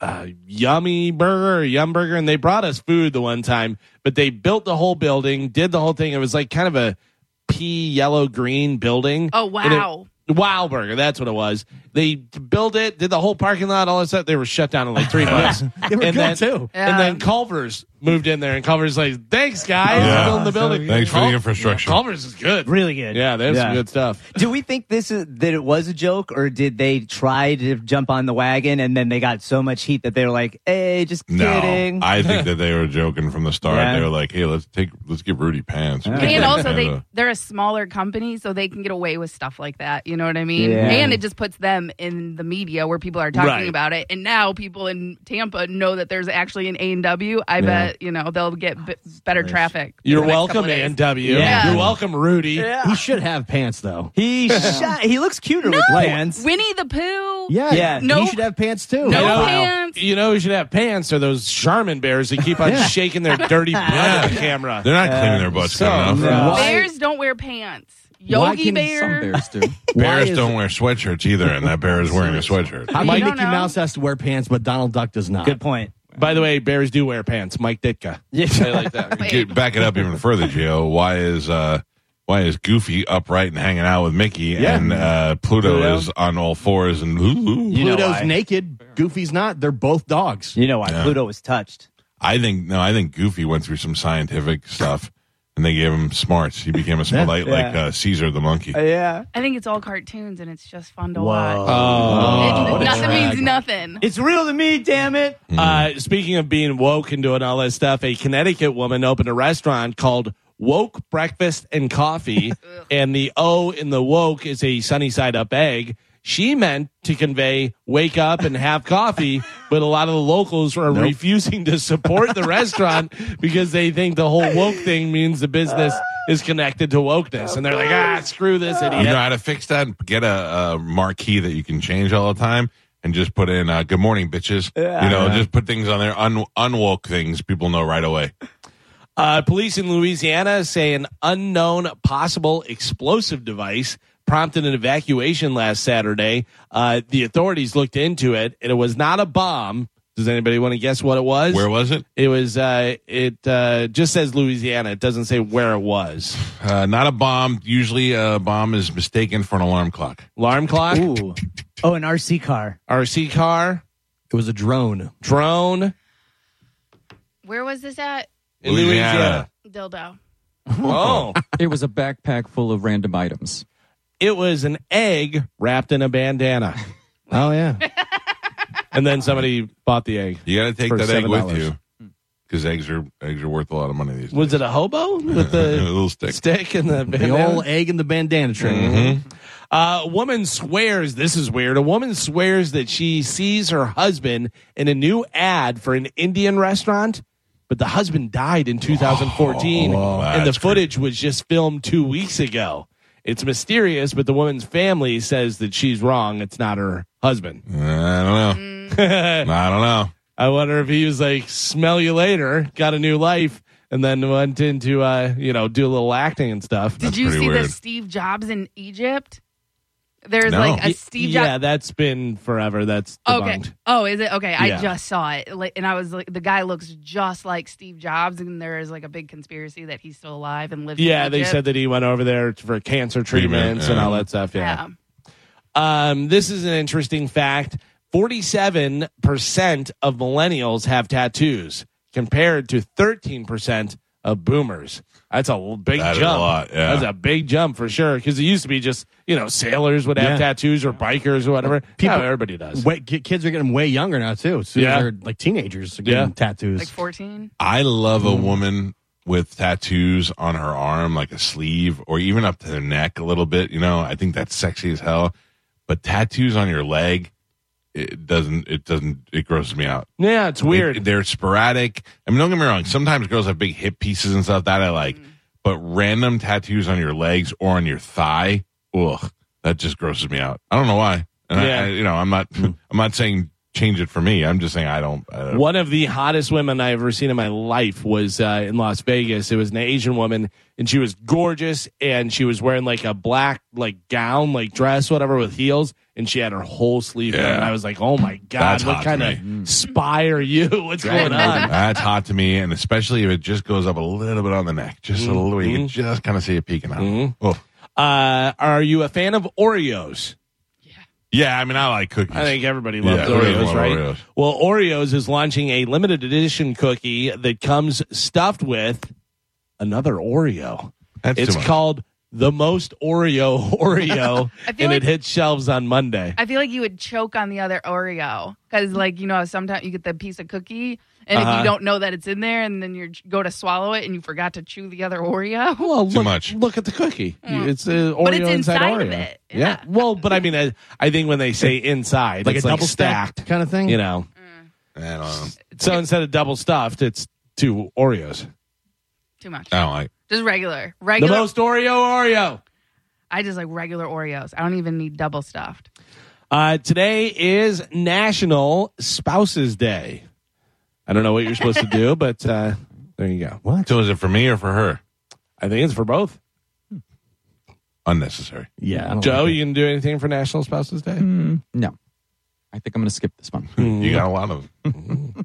[SPEAKER 2] uh, Yummy Burger, or Yum Burger, and they brought us food the one time. But they built the whole building, did the whole thing. It was like kind of a pea yellow green building.
[SPEAKER 6] Oh
[SPEAKER 2] And it-
[SPEAKER 6] wow.
[SPEAKER 2] Wow Burger, that's what it was. They built it, did the whole parking lot, all that stuff. They were shut down in like three months.
[SPEAKER 5] They were
[SPEAKER 2] And
[SPEAKER 5] good
[SPEAKER 2] then-
[SPEAKER 5] too.
[SPEAKER 6] Yeah.
[SPEAKER 2] And then Culver's moved in there, and Culver's like, "Thanks, guys, for
[SPEAKER 3] Yeah.
[SPEAKER 2] building the building.
[SPEAKER 3] Thanks for the infrastructure.
[SPEAKER 2] Culver's is good.
[SPEAKER 4] Really good.
[SPEAKER 2] Yeah, they have some good stuff.
[SPEAKER 4] Do we think this is that it was a joke, or did they try to jump on the wagon and then they got so much heat that they were like, "Hey, just kidding."
[SPEAKER 3] I think that they were joking from the start.
[SPEAKER 4] Yeah.
[SPEAKER 3] They were like, "Hey, let's take, let's give Rudy pants."
[SPEAKER 6] And also, they
[SPEAKER 3] uh,
[SPEAKER 6] they're a smaller company, so they can get away with stuff like that. You know what I mean?
[SPEAKER 4] Yeah.
[SPEAKER 6] And it just puts them in the media where people are talking
[SPEAKER 2] Right.
[SPEAKER 6] about it. And now people in Tampa know that there's actually an A and W. I bet you know they'll get b- better traffic.
[SPEAKER 2] You're
[SPEAKER 6] the next couple
[SPEAKER 2] welcome,
[SPEAKER 6] of days.
[SPEAKER 2] and W.
[SPEAKER 6] Yeah.
[SPEAKER 2] You're welcome, Rudy.
[SPEAKER 5] He should have pants though.
[SPEAKER 4] He shot, he looks cuter with pants.
[SPEAKER 6] Winnie the Pooh.
[SPEAKER 5] Yeah,
[SPEAKER 4] Yeah.
[SPEAKER 6] No-
[SPEAKER 5] He should have pants too.
[SPEAKER 6] No
[SPEAKER 2] You know,
[SPEAKER 6] pants.
[SPEAKER 2] You know who should have pants are those Charmin bears that keep on shaking their dirty butt at the camera.
[SPEAKER 3] they're not cleaning their butts
[SPEAKER 2] so-
[SPEAKER 3] good enough.
[SPEAKER 4] No.
[SPEAKER 5] Why-
[SPEAKER 6] Bears don't wear pants.
[SPEAKER 5] Why
[SPEAKER 6] Yogi
[SPEAKER 5] can
[SPEAKER 7] Some
[SPEAKER 6] Bear.
[SPEAKER 7] bears do.
[SPEAKER 5] Why
[SPEAKER 3] Bears
[SPEAKER 5] is
[SPEAKER 3] don't
[SPEAKER 5] it-
[SPEAKER 3] wear sweatshirts either, and that bear is wearing a sweatshirt.
[SPEAKER 5] How
[SPEAKER 6] You don't
[SPEAKER 5] come Mickey
[SPEAKER 6] know.
[SPEAKER 5] Mouse has to wear pants, but Donald Duck does not?
[SPEAKER 4] Good point.
[SPEAKER 2] By the way, bears do wear pants. Mike Ditka.
[SPEAKER 4] Yeah.
[SPEAKER 2] I like that.
[SPEAKER 3] Get, back it up even further, Gio. Why is uh, why is Goofy upright and hanging out with Mickey,
[SPEAKER 2] Yeah.
[SPEAKER 3] and uh, Pluto,
[SPEAKER 2] Pluto.
[SPEAKER 3] is on all fours and? Ooh,
[SPEAKER 4] You know
[SPEAKER 5] Pluto's
[SPEAKER 4] why?
[SPEAKER 5] naked. Goofy's not. They're both dogs.
[SPEAKER 4] You know why Pluto was touched?
[SPEAKER 3] I think no, I think Goofy went through some scientific stuff, and they gave him smarts. He became a smart like, like uh, Caesar the monkey.
[SPEAKER 4] Yeah.
[SPEAKER 6] I think it's all cartoons, and it's just fun to
[SPEAKER 4] Whoa.
[SPEAKER 6] watch.
[SPEAKER 2] Oh,
[SPEAKER 6] It- nothing means nothing.
[SPEAKER 4] It's real to me, damn it.
[SPEAKER 2] Uh, speaking of being woke and doing all that stuff, a Connecticut woman opened a restaurant called Woke Breakfast and Coffee, and the O in the woke is a sunny side up egg. She meant to convey wake up and have coffee, but a lot of the locals are refusing to support the restaurant because they think the whole woke thing means the business is connected to wokeness. And they're like, ah, screw this idiot.
[SPEAKER 3] You know how to fix that? Get a, a marquee that you can change all the time and just put in uh, good morning, bitches. You know, just put things on there, un- unwoke things people know right away.
[SPEAKER 2] Uh, police in Louisiana say an unknown possible explosive device prompted an evacuation last Saturday. Uh, the authorities looked into it, and it was not a bomb. Does anybody want to guess what it was?
[SPEAKER 3] Where was it?
[SPEAKER 2] it was. Uh, it uh, just says Louisiana. It doesn't say where it was.
[SPEAKER 3] Uh, not a bomb. Usually a bomb is mistaken for an alarm clock.
[SPEAKER 2] Alarm clock,
[SPEAKER 4] Ooh. Oh, an RC car.
[SPEAKER 2] RC car,
[SPEAKER 5] It was a drone.
[SPEAKER 2] drone.
[SPEAKER 6] Where was this at?
[SPEAKER 2] in
[SPEAKER 3] Louisiana.
[SPEAKER 6] Dildo.
[SPEAKER 2] Oh,
[SPEAKER 7] It was a backpack full of random items.
[SPEAKER 2] it was an egg wrapped in a bandana,
[SPEAKER 5] Oh yeah.
[SPEAKER 2] and then somebody bought the egg.
[SPEAKER 3] You got to take
[SPEAKER 2] For
[SPEAKER 3] that egg
[SPEAKER 2] $7.
[SPEAKER 3] with you because eggs are eggs are worth a lot of money these days.
[SPEAKER 2] Was it a hobo with
[SPEAKER 3] a
[SPEAKER 2] the
[SPEAKER 3] little stick?
[SPEAKER 2] stick and the
[SPEAKER 5] the
[SPEAKER 2] bandana?
[SPEAKER 5] old egg and the bandana train.
[SPEAKER 2] Uh, a woman swears, this is weird. A woman swears that she sees her husband in a new ad for an Indian restaurant, but the husband died in 2014.
[SPEAKER 3] Oh,
[SPEAKER 2] and the
[SPEAKER 3] that's
[SPEAKER 2] footage was just filmed two weeks ago. It's mysterious, but the woman's family says that she's wrong. It's not her husband.
[SPEAKER 3] I don't know. I don't know.
[SPEAKER 2] I wonder if he was like, smell you later, got a new life, and then went into, uh, you know, do a little acting and stuff.
[SPEAKER 6] Did you
[SPEAKER 3] pretty
[SPEAKER 6] see
[SPEAKER 3] weird.
[SPEAKER 6] the Steve Jobs in Egypt? There's
[SPEAKER 3] No.
[SPEAKER 6] like
[SPEAKER 2] Y-
[SPEAKER 6] a Steve Jobs.
[SPEAKER 2] Yeah, that's been forever. That's
[SPEAKER 6] Okay.
[SPEAKER 2] debunked.
[SPEAKER 6] Oh, is it okay?
[SPEAKER 2] Yeah.
[SPEAKER 6] I just saw it, like, and I was like, the guy looks just like Steve Jobs, and there is like a big conspiracy that he's still alive and lives.
[SPEAKER 2] Yeah,
[SPEAKER 6] in
[SPEAKER 2] they
[SPEAKER 6] Egypt.
[SPEAKER 2] said that he went over there for cancer treatments and all that stuff. Yeah.
[SPEAKER 6] Yeah.
[SPEAKER 2] Um, this is an interesting fact 47% of millennials have tattoos compared to 13% of boomers. That's a l- big
[SPEAKER 3] That is a
[SPEAKER 2] jump.
[SPEAKER 3] lot, yeah.
[SPEAKER 2] That's a big jump for sure. Because it used to be just, you know, sailors would have
[SPEAKER 5] Yeah.
[SPEAKER 2] tattoos or bikers or whatever. People,
[SPEAKER 5] People-
[SPEAKER 2] everybody does.
[SPEAKER 5] Way, ki- kids are getting way younger now too. So
[SPEAKER 2] Yeah.
[SPEAKER 5] they're like teenagers are getting
[SPEAKER 2] Yeah.
[SPEAKER 5] tattoos.
[SPEAKER 2] Hmm.
[SPEAKER 6] like fourteen.
[SPEAKER 3] I love a woman with tattoos on her arm, like a sleeve, or even up to her neck a little bit. You know, I think that's sexy as hell. But tattoos on your leg, it doesn't. It doesn't. It grosses me out.
[SPEAKER 2] Yeah, it's
[SPEAKER 3] It-
[SPEAKER 2] weird.
[SPEAKER 3] they're sporadic. I mean, don't get me wrong. Sometimes girls have big hip pieces and stuff that I like,
[SPEAKER 2] Hmm.
[SPEAKER 3] but random tattoos on your legs or on your thigh, ugh, that just grosses me out. I don't know why. And I-
[SPEAKER 2] Yeah. Hmm.
[SPEAKER 3] I, you know, I'm not. I'm not saying change it for me. I'm just saying I don't. I don't
[SPEAKER 2] One of the hottest women I ever seen in my life was uh, in Las Vegas. It was an Asian woman, and she was gorgeous, and she was wearing like a black like gown, like dress, whatever, with heels, and she had her whole sleeve. down.
[SPEAKER 3] Yeah.
[SPEAKER 2] And I was like, oh my god,
[SPEAKER 3] That's
[SPEAKER 2] what
[SPEAKER 3] hot
[SPEAKER 2] kind
[SPEAKER 3] to
[SPEAKER 2] of spy are you? What's going on?
[SPEAKER 3] That's hot to me, and especially if it just goes up a little bit on the neck, just a little bit. You
[SPEAKER 2] Mm-hmm.
[SPEAKER 3] can just kind of see it peeking out. Oh.
[SPEAKER 2] Uh, are you a fan of Oreos?
[SPEAKER 3] Yeah, I mean, I like cookies.
[SPEAKER 2] I think everybody loves
[SPEAKER 3] Yeah, everybody
[SPEAKER 2] Oreos,
[SPEAKER 3] loves
[SPEAKER 2] right?
[SPEAKER 3] Oreos.
[SPEAKER 2] Well, Oreos is launching a limited edition cookie that comes stuffed with another Oreo.
[SPEAKER 3] That's
[SPEAKER 2] it's
[SPEAKER 3] too much.
[SPEAKER 2] called the most Oreo Oreo,
[SPEAKER 6] I
[SPEAKER 2] and
[SPEAKER 6] feel
[SPEAKER 2] it
[SPEAKER 6] like-
[SPEAKER 2] hits shelves on Monday.
[SPEAKER 6] I feel like you would choke on the other Oreo because, like, you know, sometimes you get the piece of cookie and if
[SPEAKER 2] Uh-huh.
[SPEAKER 6] you don't know that it's in there and then you go to swallow it and you forgot to chew the other Oreo.
[SPEAKER 2] Well,
[SPEAKER 3] Too
[SPEAKER 2] look,
[SPEAKER 3] much.
[SPEAKER 2] look at the cookie.
[SPEAKER 6] Mm.
[SPEAKER 2] It's uh, Oreo
[SPEAKER 6] But it's inside
[SPEAKER 2] Oreo.
[SPEAKER 6] of it.
[SPEAKER 2] Yeah.
[SPEAKER 6] Yeah.
[SPEAKER 2] Well, but I mean, I, I think when they say inside,
[SPEAKER 5] like
[SPEAKER 2] it's
[SPEAKER 5] a double
[SPEAKER 2] stacked,
[SPEAKER 5] stacked kind of thing.
[SPEAKER 2] you know.
[SPEAKER 3] I don't, know.
[SPEAKER 2] So instead of double stuffed, it's two Oreos.
[SPEAKER 6] Too much.
[SPEAKER 3] I don't like.
[SPEAKER 6] Just regular.
[SPEAKER 2] The
[SPEAKER 6] Regular.
[SPEAKER 2] most Oreo Oreo.
[SPEAKER 6] I just like regular Oreos. I don't even need double stuffed.
[SPEAKER 2] Uh, today is National Spouses Day. I don't know what you're supposed to do, but uh, there you go.
[SPEAKER 5] What?
[SPEAKER 3] So is it for me or for her?
[SPEAKER 2] I think it's for both.
[SPEAKER 3] Unnecessary.
[SPEAKER 5] Yeah. I don't
[SPEAKER 2] Joe,
[SPEAKER 5] like
[SPEAKER 2] you can do anything for National Spouses Day?
[SPEAKER 7] No. I think I'm going to skip this one.
[SPEAKER 2] Mm-hmm.
[SPEAKER 3] You got a lot of.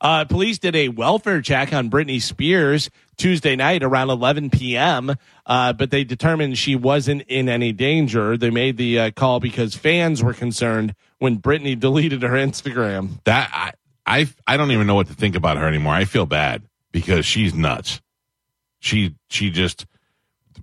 [SPEAKER 2] Uh, police did a welfare check on Britney Spears Tuesday night around 11 p.m., uh, but they determined she wasn't in any danger. They made the uh, call because fans were concerned when Britney deleted her Instagram.
[SPEAKER 3] that I, I I don't even know what to think about her anymore. I feel bad because she's nuts. She she just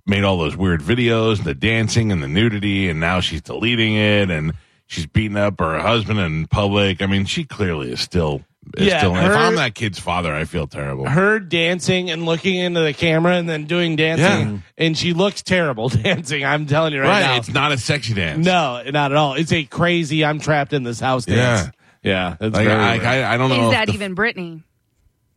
[SPEAKER 3] made all those weird videos, the dancing and the nudity, and now she's deleting it and she's beating up her husband in public. I mean, she clearly is still is
[SPEAKER 2] Yeah,
[SPEAKER 3] still. if
[SPEAKER 2] her-
[SPEAKER 3] I'm that kid's father, I feel terrible.
[SPEAKER 2] Her dancing and looking into the camera and then doing dancing, and she looks terrible dancing. I'm telling you right,
[SPEAKER 3] right?
[SPEAKER 2] now.
[SPEAKER 3] It's not a sexy dance.
[SPEAKER 2] No, not at all. It's a crazy. I'm trapped in this house dance. Yeah, yeah. That's
[SPEAKER 3] Like,
[SPEAKER 2] very
[SPEAKER 3] I,
[SPEAKER 2] weird.
[SPEAKER 3] I, I don't know.
[SPEAKER 6] Is
[SPEAKER 3] if
[SPEAKER 6] that
[SPEAKER 3] the-
[SPEAKER 6] even Brittany?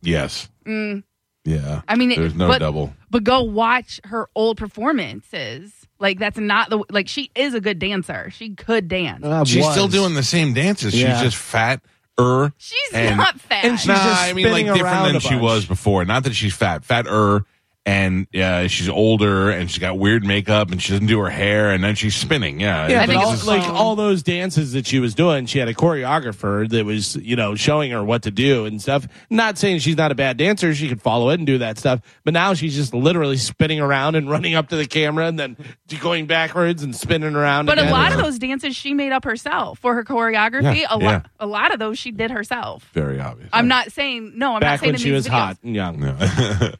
[SPEAKER 3] Yes. Yeah.
[SPEAKER 6] I mean, it-
[SPEAKER 3] there's no
[SPEAKER 6] but-
[SPEAKER 3] double.
[SPEAKER 6] But go watch her old performances. Like that's not the like she is a good dancer. She could dance.
[SPEAKER 5] that. I
[SPEAKER 3] She's still
[SPEAKER 5] was.
[SPEAKER 3] doing the same dances.
[SPEAKER 5] Yeah.
[SPEAKER 3] She's just fat. Er.
[SPEAKER 6] She's
[SPEAKER 3] and-
[SPEAKER 6] not fat.
[SPEAKER 2] and she's
[SPEAKER 3] No,
[SPEAKER 2] just
[SPEAKER 3] I mean like
[SPEAKER 2] spinning
[SPEAKER 3] different
[SPEAKER 2] around
[SPEAKER 3] than
[SPEAKER 2] a
[SPEAKER 3] she
[SPEAKER 2] bunch.
[SPEAKER 3] was before. Not that she's fat, fatter, and uh, she's older, and she's got weird makeup, and she doesn't do her hair, and then she's spinning. Yeah,
[SPEAKER 2] Yeah,
[SPEAKER 6] I
[SPEAKER 2] but
[SPEAKER 6] think
[SPEAKER 2] all,
[SPEAKER 6] it's
[SPEAKER 2] like
[SPEAKER 6] fun.
[SPEAKER 2] all those dances that she was doing, she had a choreographer that was, you know, showing her what to do and stuff. Not saying she's not a bad dancer; she could follow it and do that stuff. But now she's just literally spinning around and running up to the camera and then going backwards and spinning around.
[SPEAKER 6] but a
[SPEAKER 2] again.
[SPEAKER 6] lot of those dances she made up herself for her choreography.
[SPEAKER 3] Yeah,
[SPEAKER 6] a lot,
[SPEAKER 3] yeah.
[SPEAKER 6] a lot of those she did herself.
[SPEAKER 3] very obvious.
[SPEAKER 6] I'm not saying no. I'm not
[SPEAKER 2] back
[SPEAKER 6] saying
[SPEAKER 2] when
[SPEAKER 6] in
[SPEAKER 2] she
[SPEAKER 6] these
[SPEAKER 2] was
[SPEAKER 6] videos.
[SPEAKER 2] hot and young.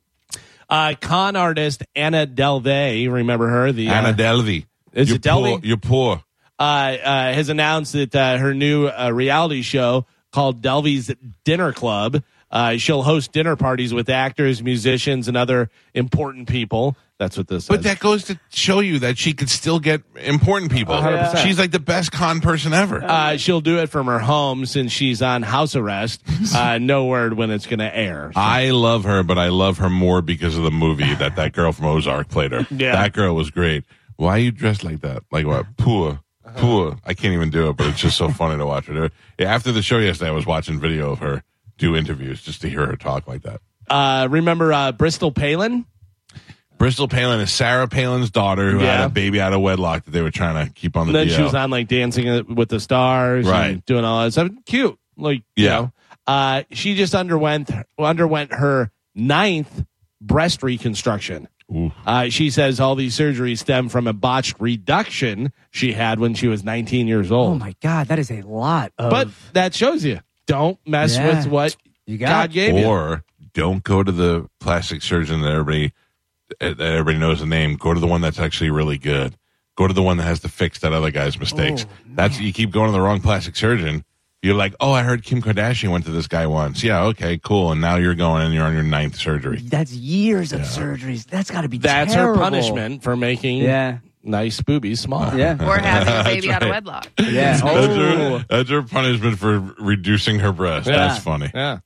[SPEAKER 2] Uh, con artist Anna Delvey, remember her? The uh,
[SPEAKER 3] Anna Delvey.
[SPEAKER 2] Is
[SPEAKER 3] you're
[SPEAKER 2] it Delvey?
[SPEAKER 3] Poor, you're poor.
[SPEAKER 2] uh, uh, has announced that uh, her new uh, reality show called Delvey's Dinner Club. Uh, she'll host dinner parties with actors, musicians, and other important people. That's what this
[SPEAKER 3] But
[SPEAKER 2] says.
[SPEAKER 3] that goes to show you that she could still get important people.
[SPEAKER 2] 100%.
[SPEAKER 3] She's like the best con person ever.
[SPEAKER 2] uh, she'll do it from her home since she's on house arrest. Uh, no word when it's going to air.
[SPEAKER 3] I love her, but I love her more because of the movie that that girl from Ozark played her.
[SPEAKER 2] Yeah.
[SPEAKER 3] That girl was great. Why are you dressed like that? Like what? Poor. Poor. I can't even do it, but it's just so funny to watch her. Yeah, after the show yesterday, I was watching video of her do interviews just to hear her talk like that.
[SPEAKER 2] Uh, remember uh, Bristol Palin?
[SPEAKER 3] Bristol Palin is Sarah Palin's daughter who had
[SPEAKER 2] Yeah.
[SPEAKER 3] a baby out of wedlock that they were trying to keep on the
[SPEAKER 2] then she
[SPEAKER 3] DL.
[SPEAKER 2] was on like Dancing with the Stars,
[SPEAKER 3] Right.
[SPEAKER 2] And doing all that stuff. Cute, like you
[SPEAKER 3] Yeah.
[SPEAKER 2] know. Uh, she just underwent underwent her ninth breast reconstruction.
[SPEAKER 3] Ooh.
[SPEAKER 2] Uh, she says all these surgeries stem from a botched reduction she had when she was 19 years
[SPEAKER 4] Oh
[SPEAKER 2] old.
[SPEAKER 4] my God, that is a lot of.
[SPEAKER 2] but that shows you don't mess
[SPEAKER 4] Yeah.
[SPEAKER 2] with what
[SPEAKER 4] you got
[SPEAKER 2] God gave you.
[SPEAKER 3] or don't go to the plastic surgeon that everybody that everybody knows the name. Go to the one that's actually really
[SPEAKER 2] Oh,
[SPEAKER 3] good. Go to the one that has to fix that other guy's mistakes. that's you keep going to the wrong plastic surgeon. You're like, oh, I heard Kim Kardashian went to this guy once. Yeah, okay, cool. And now you're going and you're on your ninth surgery.
[SPEAKER 4] That's years of surgeries. That's got to be
[SPEAKER 2] That's
[SPEAKER 4] terrible.
[SPEAKER 2] her punishment for making
[SPEAKER 4] Yeah.
[SPEAKER 2] nice boobies small.
[SPEAKER 4] Yeah.
[SPEAKER 6] or having a baby out of
[SPEAKER 3] right.
[SPEAKER 6] wedlock.
[SPEAKER 4] Yeah.
[SPEAKER 3] That's,
[SPEAKER 4] Oh.
[SPEAKER 3] her, that's her punishment for reducing her breast. That's funny.
[SPEAKER 2] Yeah.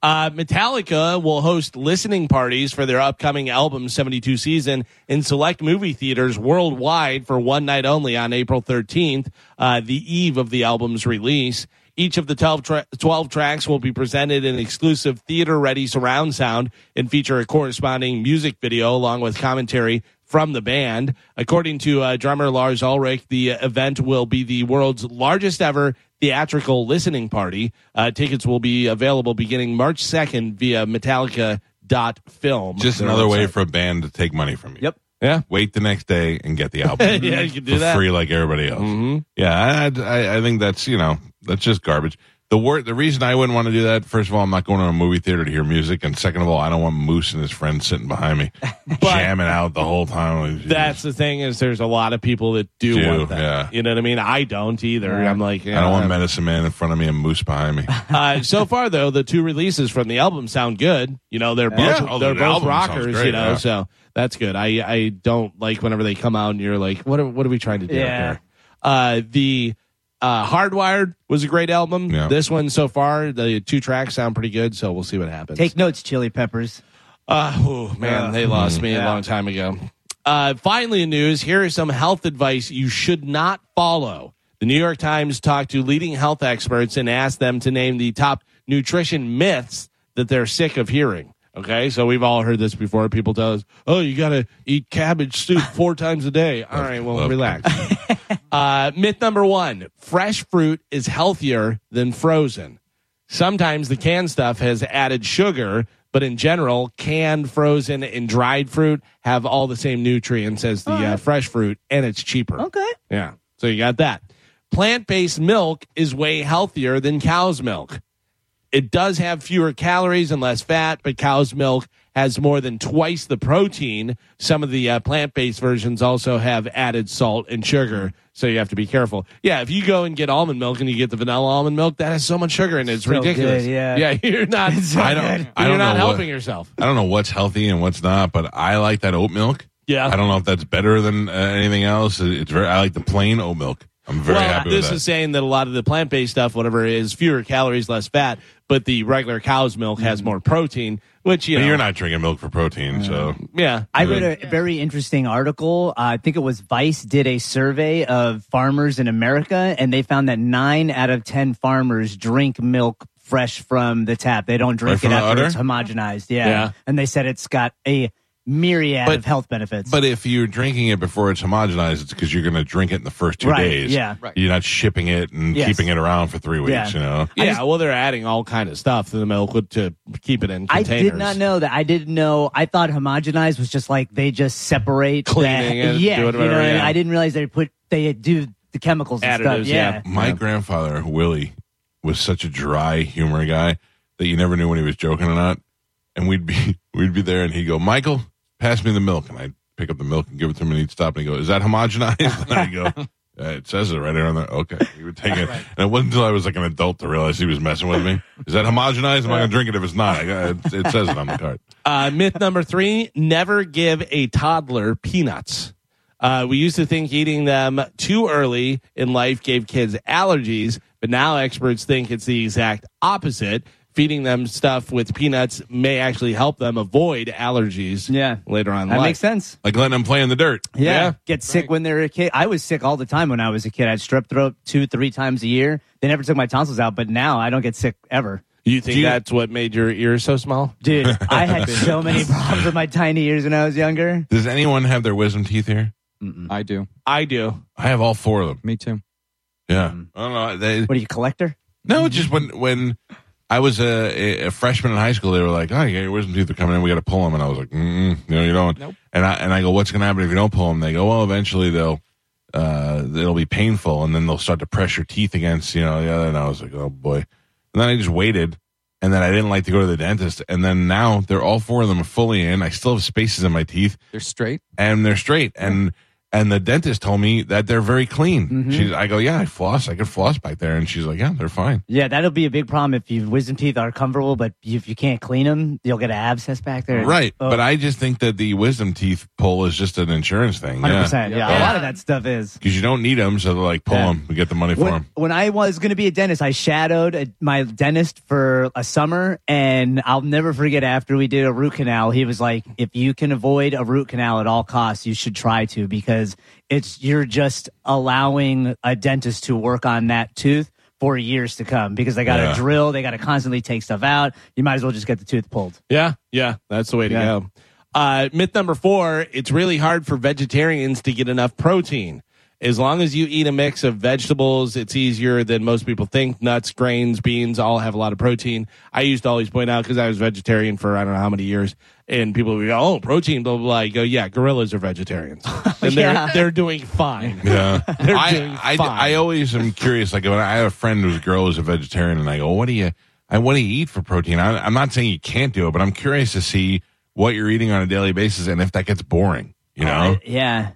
[SPEAKER 2] Uh, Metallica will host listening parties for their upcoming album 72 season in select movie theaters worldwide for one night only on April 13th, uh, the eve of the album's release. Each of the 12, tra- 12 tracks will be presented in exclusive theater ready surround sound and feature a corresponding music video along with commentary from the band. According to uh, drummer Lars Ulrich, the event will be the world's largest ever theatrical listening party. Uh, tickets will be available beginning March 2nd via Metallica.film.
[SPEAKER 3] Just
[SPEAKER 2] their
[SPEAKER 3] another way
[SPEAKER 2] website.
[SPEAKER 3] for a band to take money from you.
[SPEAKER 4] Yep.
[SPEAKER 2] Yeah.
[SPEAKER 3] Wait the next day and get the album.
[SPEAKER 2] Yeah, you can do
[SPEAKER 3] for
[SPEAKER 2] that. Mm-hmm.
[SPEAKER 3] free like everybody else. Yeah, I, I, I think that's you know that's just garbage. The word, the reason I wouldn't want to do that. First of all, I'm not going to a movie theater to hear music, and second of all, I don't want Moose and his friends sitting behind me, jamming out the whole time. Like,
[SPEAKER 2] That's the thing is there's a lot of people that do,
[SPEAKER 3] Do,
[SPEAKER 2] want that.
[SPEAKER 3] yeah.
[SPEAKER 2] You know what I mean? I don't either. I'm like, uh,
[SPEAKER 3] I don't
[SPEAKER 2] yeah.
[SPEAKER 3] want Medicine Man in front of me and Moose behind me.
[SPEAKER 2] uh, so far though, the two releases from the album sound good. You know, they're both
[SPEAKER 3] Yeah. Oh,
[SPEAKER 2] they're
[SPEAKER 3] the
[SPEAKER 2] both
[SPEAKER 3] album sounds
[SPEAKER 2] rockers.
[SPEAKER 3] great,
[SPEAKER 2] you know,
[SPEAKER 3] yeah.
[SPEAKER 2] so that's good. I I don't like whenever they come out and you're like, what are, what are we trying to do
[SPEAKER 4] Yeah.
[SPEAKER 2] here? Uh, the uh, Hardwired was a great album.
[SPEAKER 3] Yeah.
[SPEAKER 2] This one so far, the two tracks sound pretty good. So we'll see what happens.
[SPEAKER 4] Take notes, Chili Peppers.
[SPEAKER 2] Uh, oh, man, they lost me a long time ago. Uh, finally, in news, here is some health advice you should not follow. The New York Times talked to leading health experts and asked them to name the top nutrition myths that they're sick of hearing. Okay, so we've all heard this before. People tell us, oh, you got to eat cabbage soup four times a day. All right, well,
[SPEAKER 3] love
[SPEAKER 2] relax. Uh, myth number one fresh fruit is healthier than frozen. Sometimes the canned stuff has added sugar, but in general, canned, frozen, and dried fruit have all the same nutrients as the uh, fresh fruit, and it's cheaper.
[SPEAKER 4] Okay.
[SPEAKER 2] Yeah. So you got that. Plant based milk is way healthier than cow's milk. It does have fewer calories and less fat, but cow's milk has more than twice the protein. Some of the uh, plant based versions also have added salt and sugar, so you have to be careful. Yeah, if you go and get almond milk and you get the vanilla almond milk, that has so much sugar in it. It's
[SPEAKER 4] So
[SPEAKER 2] ridiculous.
[SPEAKER 4] good, yeah.
[SPEAKER 2] Yeah, you're not.
[SPEAKER 3] I don't. I
[SPEAKER 2] you're
[SPEAKER 3] don't
[SPEAKER 2] not
[SPEAKER 3] know.
[SPEAKER 2] helping
[SPEAKER 3] What,
[SPEAKER 2] yourself.
[SPEAKER 3] I don't know what's healthy and what's not, but I like that oat milk.
[SPEAKER 2] Yeah.
[SPEAKER 3] I don't know if that's better than uh, anything else. It- It's very. I like the plain oat milk. I'm very
[SPEAKER 2] well,
[SPEAKER 3] happy with
[SPEAKER 2] this
[SPEAKER 3] that.
[SPEAKER 2] is saying that a lot of the plant-based stuff, whatever it is, fewer calories, less fat, but the regular cow's milk has more protein, which you
[SPEAKER 3] Mm-hmm. but
[SPEAKER 2] know,
[SPEAKER 3] you're not drinking milk for protein, so
[SPEAKER 2] yeah,
[SPEAKER 4] I read a very interesting article. Uh, I think it was Vice did a survey of farmers in America, and they found that nine out of ten farmers drink milk fresh from the tap. They don't
[SPEAKER 3] Right
[SPEAKER 4] drink
[SPEAKER 3] from the
[SPEAKER 4] it after
[SPEAKER 3] udder?
[SPEAKER 4] it's homogenized. Yeah.
[SPEAKER 2] Yeah.
[SPEAKER 4] and they said it's got a myriad
[SPEAKER 3] But-
[SPEAKER 4] of health benefits.
[SPEAKER 3] But if you're drinking it before it's homogenized, it's because you're going to drink it in the first two
[SPEAKER 4] Right,
[SPEAKER 3] days.
[SPEAKER 4] yeah. Right.
[SPEAKER 3] You're not shipping it and
[SPEAKER 4] Yes.
[SPEAKER 3] keeping it around for three weeks.
[SPEAKER 4] Yeah.
[SPEAKER 3] You know.
[SPEAKER 2] yeah. well, they're adding all kind of stuff to the milk with- to keep it in
[SPEAKER 4] I
[SPEAKER 2] containers.
[SPEAKER 4] did not know that. I didn't know. I thought homogenized was just like they just separate
[SPEAKER 2] Cleaning
[SPEAKER 4] the,
[SPEAKER 2] it,
[SPEAKER 4] Yeah,
[SPEAKER 2] do whatever,
[SPEAKER 4] you know, what I mean?
[SPEAKER 2] yeah.
[SPEAKER 4] I didn't realize they put they do the chemicals and
[SPEAKER 2] Additives,
[SPEAKER 4] stuff.
[SPEAKER 2] yeah.
[SPEAKER 4] Yeah,
[SPEAKER 3] My grandfather Willie was such a dry humor guy that you never knew when he was joking or not. And we'd be we'd be there, and he'd go, "Michael, pass me the milk," and I'd pick up the milk and give it to him, and he'd stop and he'd go, "Is that homogenized?" And I'd go. "Uh, It says it right there on there. Okay, he would take it, and it wasn't until I was like an adult to realize he was messing with me. Is that homogenized? Am I going to drink it if it's not? I, got- it, it says it on the card.
[SPEAKER 2] Uh, myth number three: never give a toddler peanuts. Uh, we used to think eating them too early in life gave kids allergies, but now experts think it's the exact opposite. Feeding them stuff with peanuts may actually help them avoid allergies.
[SPEAKER 4] Yeah.
[SPEAKER 2] later on, in
[SPEAKER 4] that
[SPEAKER 2] life.
[SPEAKER 4] makes sense.
[SPEAKER 3] Like letting him play in the dirt.
[SPEAKER 4] Yeah. Get sick when they're a kid. I was sick all the time when I was a kid. I had strep throat two, three times a year. They never took my tonsils out, but now I don't get sick ever.
[SPEAKER 2] You think
[SPEAKER 3] Do you-
[SPEAKER 2] that's what made your ears so small?
[SPEAKER 4] Dude, I had so many problems with my tiny ears when I was younger.
[SPEAKER 3] Does anyone have their wisdom teeth here?
[SPEAKER 7] I do.
[SPEAKER 2] I do.
[SPEAKER 3] I have all four of them.
[SPEAKER 7] Me too.
[SPEAKER 3] Yeah. I don't know. They,
[SPEAKER 4] What are you, collector?
[SPEAKER 3] no, it's just when when I was a, a freshman in high school, they were like, "Oh, you got your wisdom teeth are coming in. We got to pull them." And I was like, Mm-mm, "No, you don't."
[SPEAKER 7] Nope.
[SPEAKER 3] And I and I go, "What's going to happen if you don't pull them?" They go, "Well, eventually they'll." Uh, it'll be painful, and then they'll start to press your teeth against you know the other. And I was like, oh boy. And then I just waited, and then I didn't like to go to the dentist. And then now they're all four of them are fully in. I still have spaces in my teeth,
[SPEAKER 7] They're straight.
[SPEAKER 3] and they're straight. And And the dentist told me that they're very clean.
[SPEAKER 2] Mm-hmm.
[SPEAKER 3] She's, I go, yeah, I floss. I could floss back there. And she's like, yeah, they're fine.
[SPEAKER 4] Yeah, that'll be a big problem if your wisdom teeth are comfortable, but if you can't clean them, you'll get an abscess back there.
[SPEAKER 3] Right.
[SPEAKER 2] Uh,
[SPEAKER 4] Oh,
[SPEAKER 3] But I just think that the wisdom teeth pull is just an insurance thing.
[SPEAKER 4] 100%. Yeah. a
[SPEAKER 6] Yeah.
[SPEAKER 4] lot of that stuff is.
[SPEAKER 3] Because you don't need them. So they're like, pull
[SPEAKER 4] Yeah.
[SPEAKER 3] them. We get the money for
[SPEAKER 4] When,
[SPEAKER 3] them.
[SPEAKER 4] when I was going to be a dentist, I shadowed a, my dentist for a summer, and I'll never forget after we did a root canal, he was like, if you can avoid a root canal at all costs, you should try to because it's you're just allowing a dentist to work on that tooth for years to come because they got to
[SPEAKER 3] Yeah.
[SPEAKER 4] drill, they got to constantly take stuff out. You might as well just get the tooth pulled.
[SPEAKER 2] Yeah, yeah, that's the way to
[SPEAKER 4] Yeah.
[SPEAKER 2] go. Uh, myth number four: It's really hard for vegetarians to get enough protein. As long as you eat a mix of vegetables, it's easier than most people think. Nuts, grains, beans all have a lot of protein. I used to always point out because I was vegetarian for I don't know how many years, and people would go, "Oh, protein, blah blah." blah. You go, "Yeah, gorillas are vegetarians, and they're
[SPEAKER 4] Yeah.
[SPEAKER 2] they're doing fine."
[SPEAKER 3] Yeah.
[SPEAKER 2] They're doing
[SPEAKER 3] I,
[SPEAKER 2] fine.
[SPEAKER 3] I, I always am curious. Like, when I have a friend whose girl is a vegetarian, and I go, "What do you? I what do you eat for protein?" I, I'm not saying you can't do it, but I'm curious to see what you're eating on a daily basis and if that gets boring. You
[SPEAKER 2] Oh,
[SPEAKER 3] know,
[SPEAKER 4] Yeah.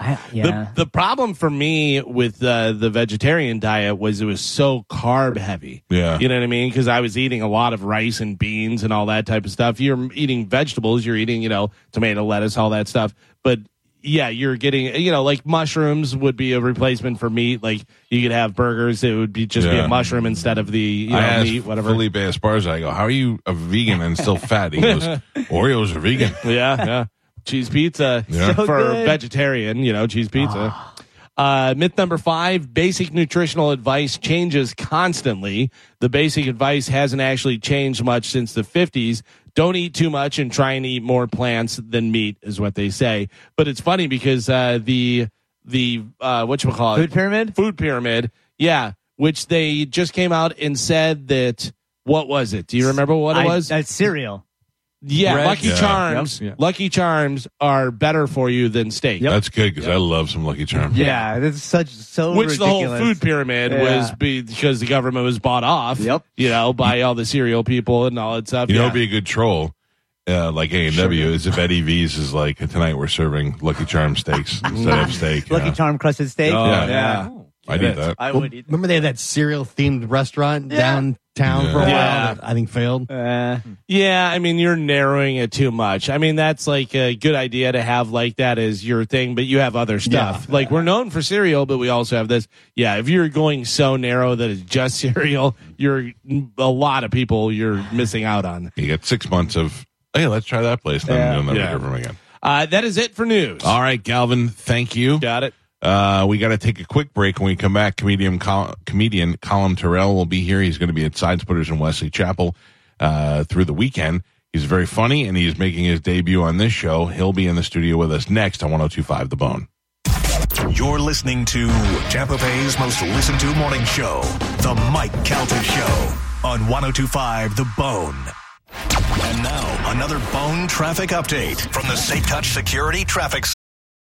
[SPEAKER 4] I, yeah.
[SPEAKER 2] The, the problem for me with uh, the vegetarian diet was it was so carb heavy.
[SPEAKER 3] Yeah.
[SPEAKER 2] You know what I mean? Because I was eating a lot of rice and beans and all that type of stuff. You're eating vegetables, you're eating, you know, tomato, lettuce, all that stuff. But yeah, you're getting, you know, like mushrooms would be a replacement for meat. Like you could have burgers, it would be just be
[SPEAKER 3] Yeah.
[SPEAKER 2] a mushroom instead of the, you know,
[SPEAKER 3] I asked
[SPEAKER 2] meat, whatever.
[SPEAKER 3] Felipe Esparza, I go, "How are you a vegan and still fat?" He goes, "Oreos are vegan."
[SPEAKER 2] yeah, yeah. Cheese pizza
[SPEAKER 3] Yeah.
[SPEAKER 4] So
[SPEAKER 2] for
[SPEAKER 4] good.
[SPEAKER 2] vegetarian, you know, cheese pizza. Uh, myth number five basic nutritional advice changes constantly. The basic advice hasn't actually changed much since the 50s. Don't eat too much and try and eat more plants than meat, is what they say. But it's funny because uh, the, the uh, whatchamacallit?
[SPEAKER 4] Food pyramid?
[SPEAKER 2] Food pyramid. Yeah. Which they just came out and said that, what was it? Do you remember what it
[SPEAKER 4] I-
[SPEAKER 2] was?
[SPEAKER 4] That's cereal.
[SPEAKER 2] Yeah,
[SPEAKER 7] Bread.
[SPEAKER 2] Lucky
[SPEAKER 3] Yeah.
[SPEAKER 2] Charms.
[SPEAKER 7] Yep. Yeah.
[SPEAKER 2] Lucky Charms are better for you than steak.
[SPEAKER 3] That's good because I love some Lucky Charms.
[SPEAKER 4] Yeah, that's such so
[SPEAKER 2] Which the whole
[SPEAKER 4] ridiculous.
[SPEAKER 2] food pyramid
[SPEAKER 4] Yeah.
[SPEAKER 2] was be- because the government was bought off.
[SPEAKER 4] Yep.
[SPEAKER 2] You know, by all the cereal people and all that stuff.
[SPEAKER 3] You know,
[SPEAKER 2] yeah.
[SPEAKER 3] it'd be a good troll. Uh, like A and W is if Eddie V's is like tonight we're serving Lucky Charm steaks instead of steak.
[SPEAKER 4] Lucky
[SPEAKER 3] yeah.
[SPEAKER 4] Charm crusted steak.
[SPEAKER 2] Oh,
[SPEAKER 3] Yeah.
[SPEAKER 4] yeah.
[SPEAKER 3] I need that.
[SPEAKER 4] I
[SPEAKER 5] Well,
[SPEAKER 4] would eat.
[SPEAKER 5] Remember they had that cereal themed restaurant downtown for a while
[SPEAKER 2] Yeah.
[SPEAKER 5] that I think failed?
[SPEAKER 4] Uh,
[SPEAKER 2] yeah, I mean, you're narrowing it too much. I mean, that's like a good idea to have like that as your thing, but you have other stuff. Like we're known for cereal, but we also have this. Yeah, if you're going so narrow that it's just cereal, you're a lot of people you're missing out on.
[SPEAKER 3] You get six months of, hey, let's try that place. Then
[SPEAKER 4] Yeah.
[SPEAKER 3] you'll never
[SPEAKER 2] Yeah.
[SPEAKER 3] hear from 'em again.
[SPEAKER 2] Uh, that is it for news.
[SPEAKER 3] All right, Galvin, thank you.
[SPEAKER 2] Got it.
[SPEAKER 3] Uh, we got to take a quick break. When we come back, comedian Col- comedian Colin Terrell will be here. He's going to be at Sidesplitters in Wesley Chapel uh, through the weekend. He's very funny, and he's making his debut on this show. He'll be in the studio with us next on 102.5 The Bone.
[SPEAKER 1] You're listening to Tampa Bay's most listened to morning show, The Mike Calter Show, on 1025 The Bone. And now, another bone traffic update from the Safe Touch Security Traffic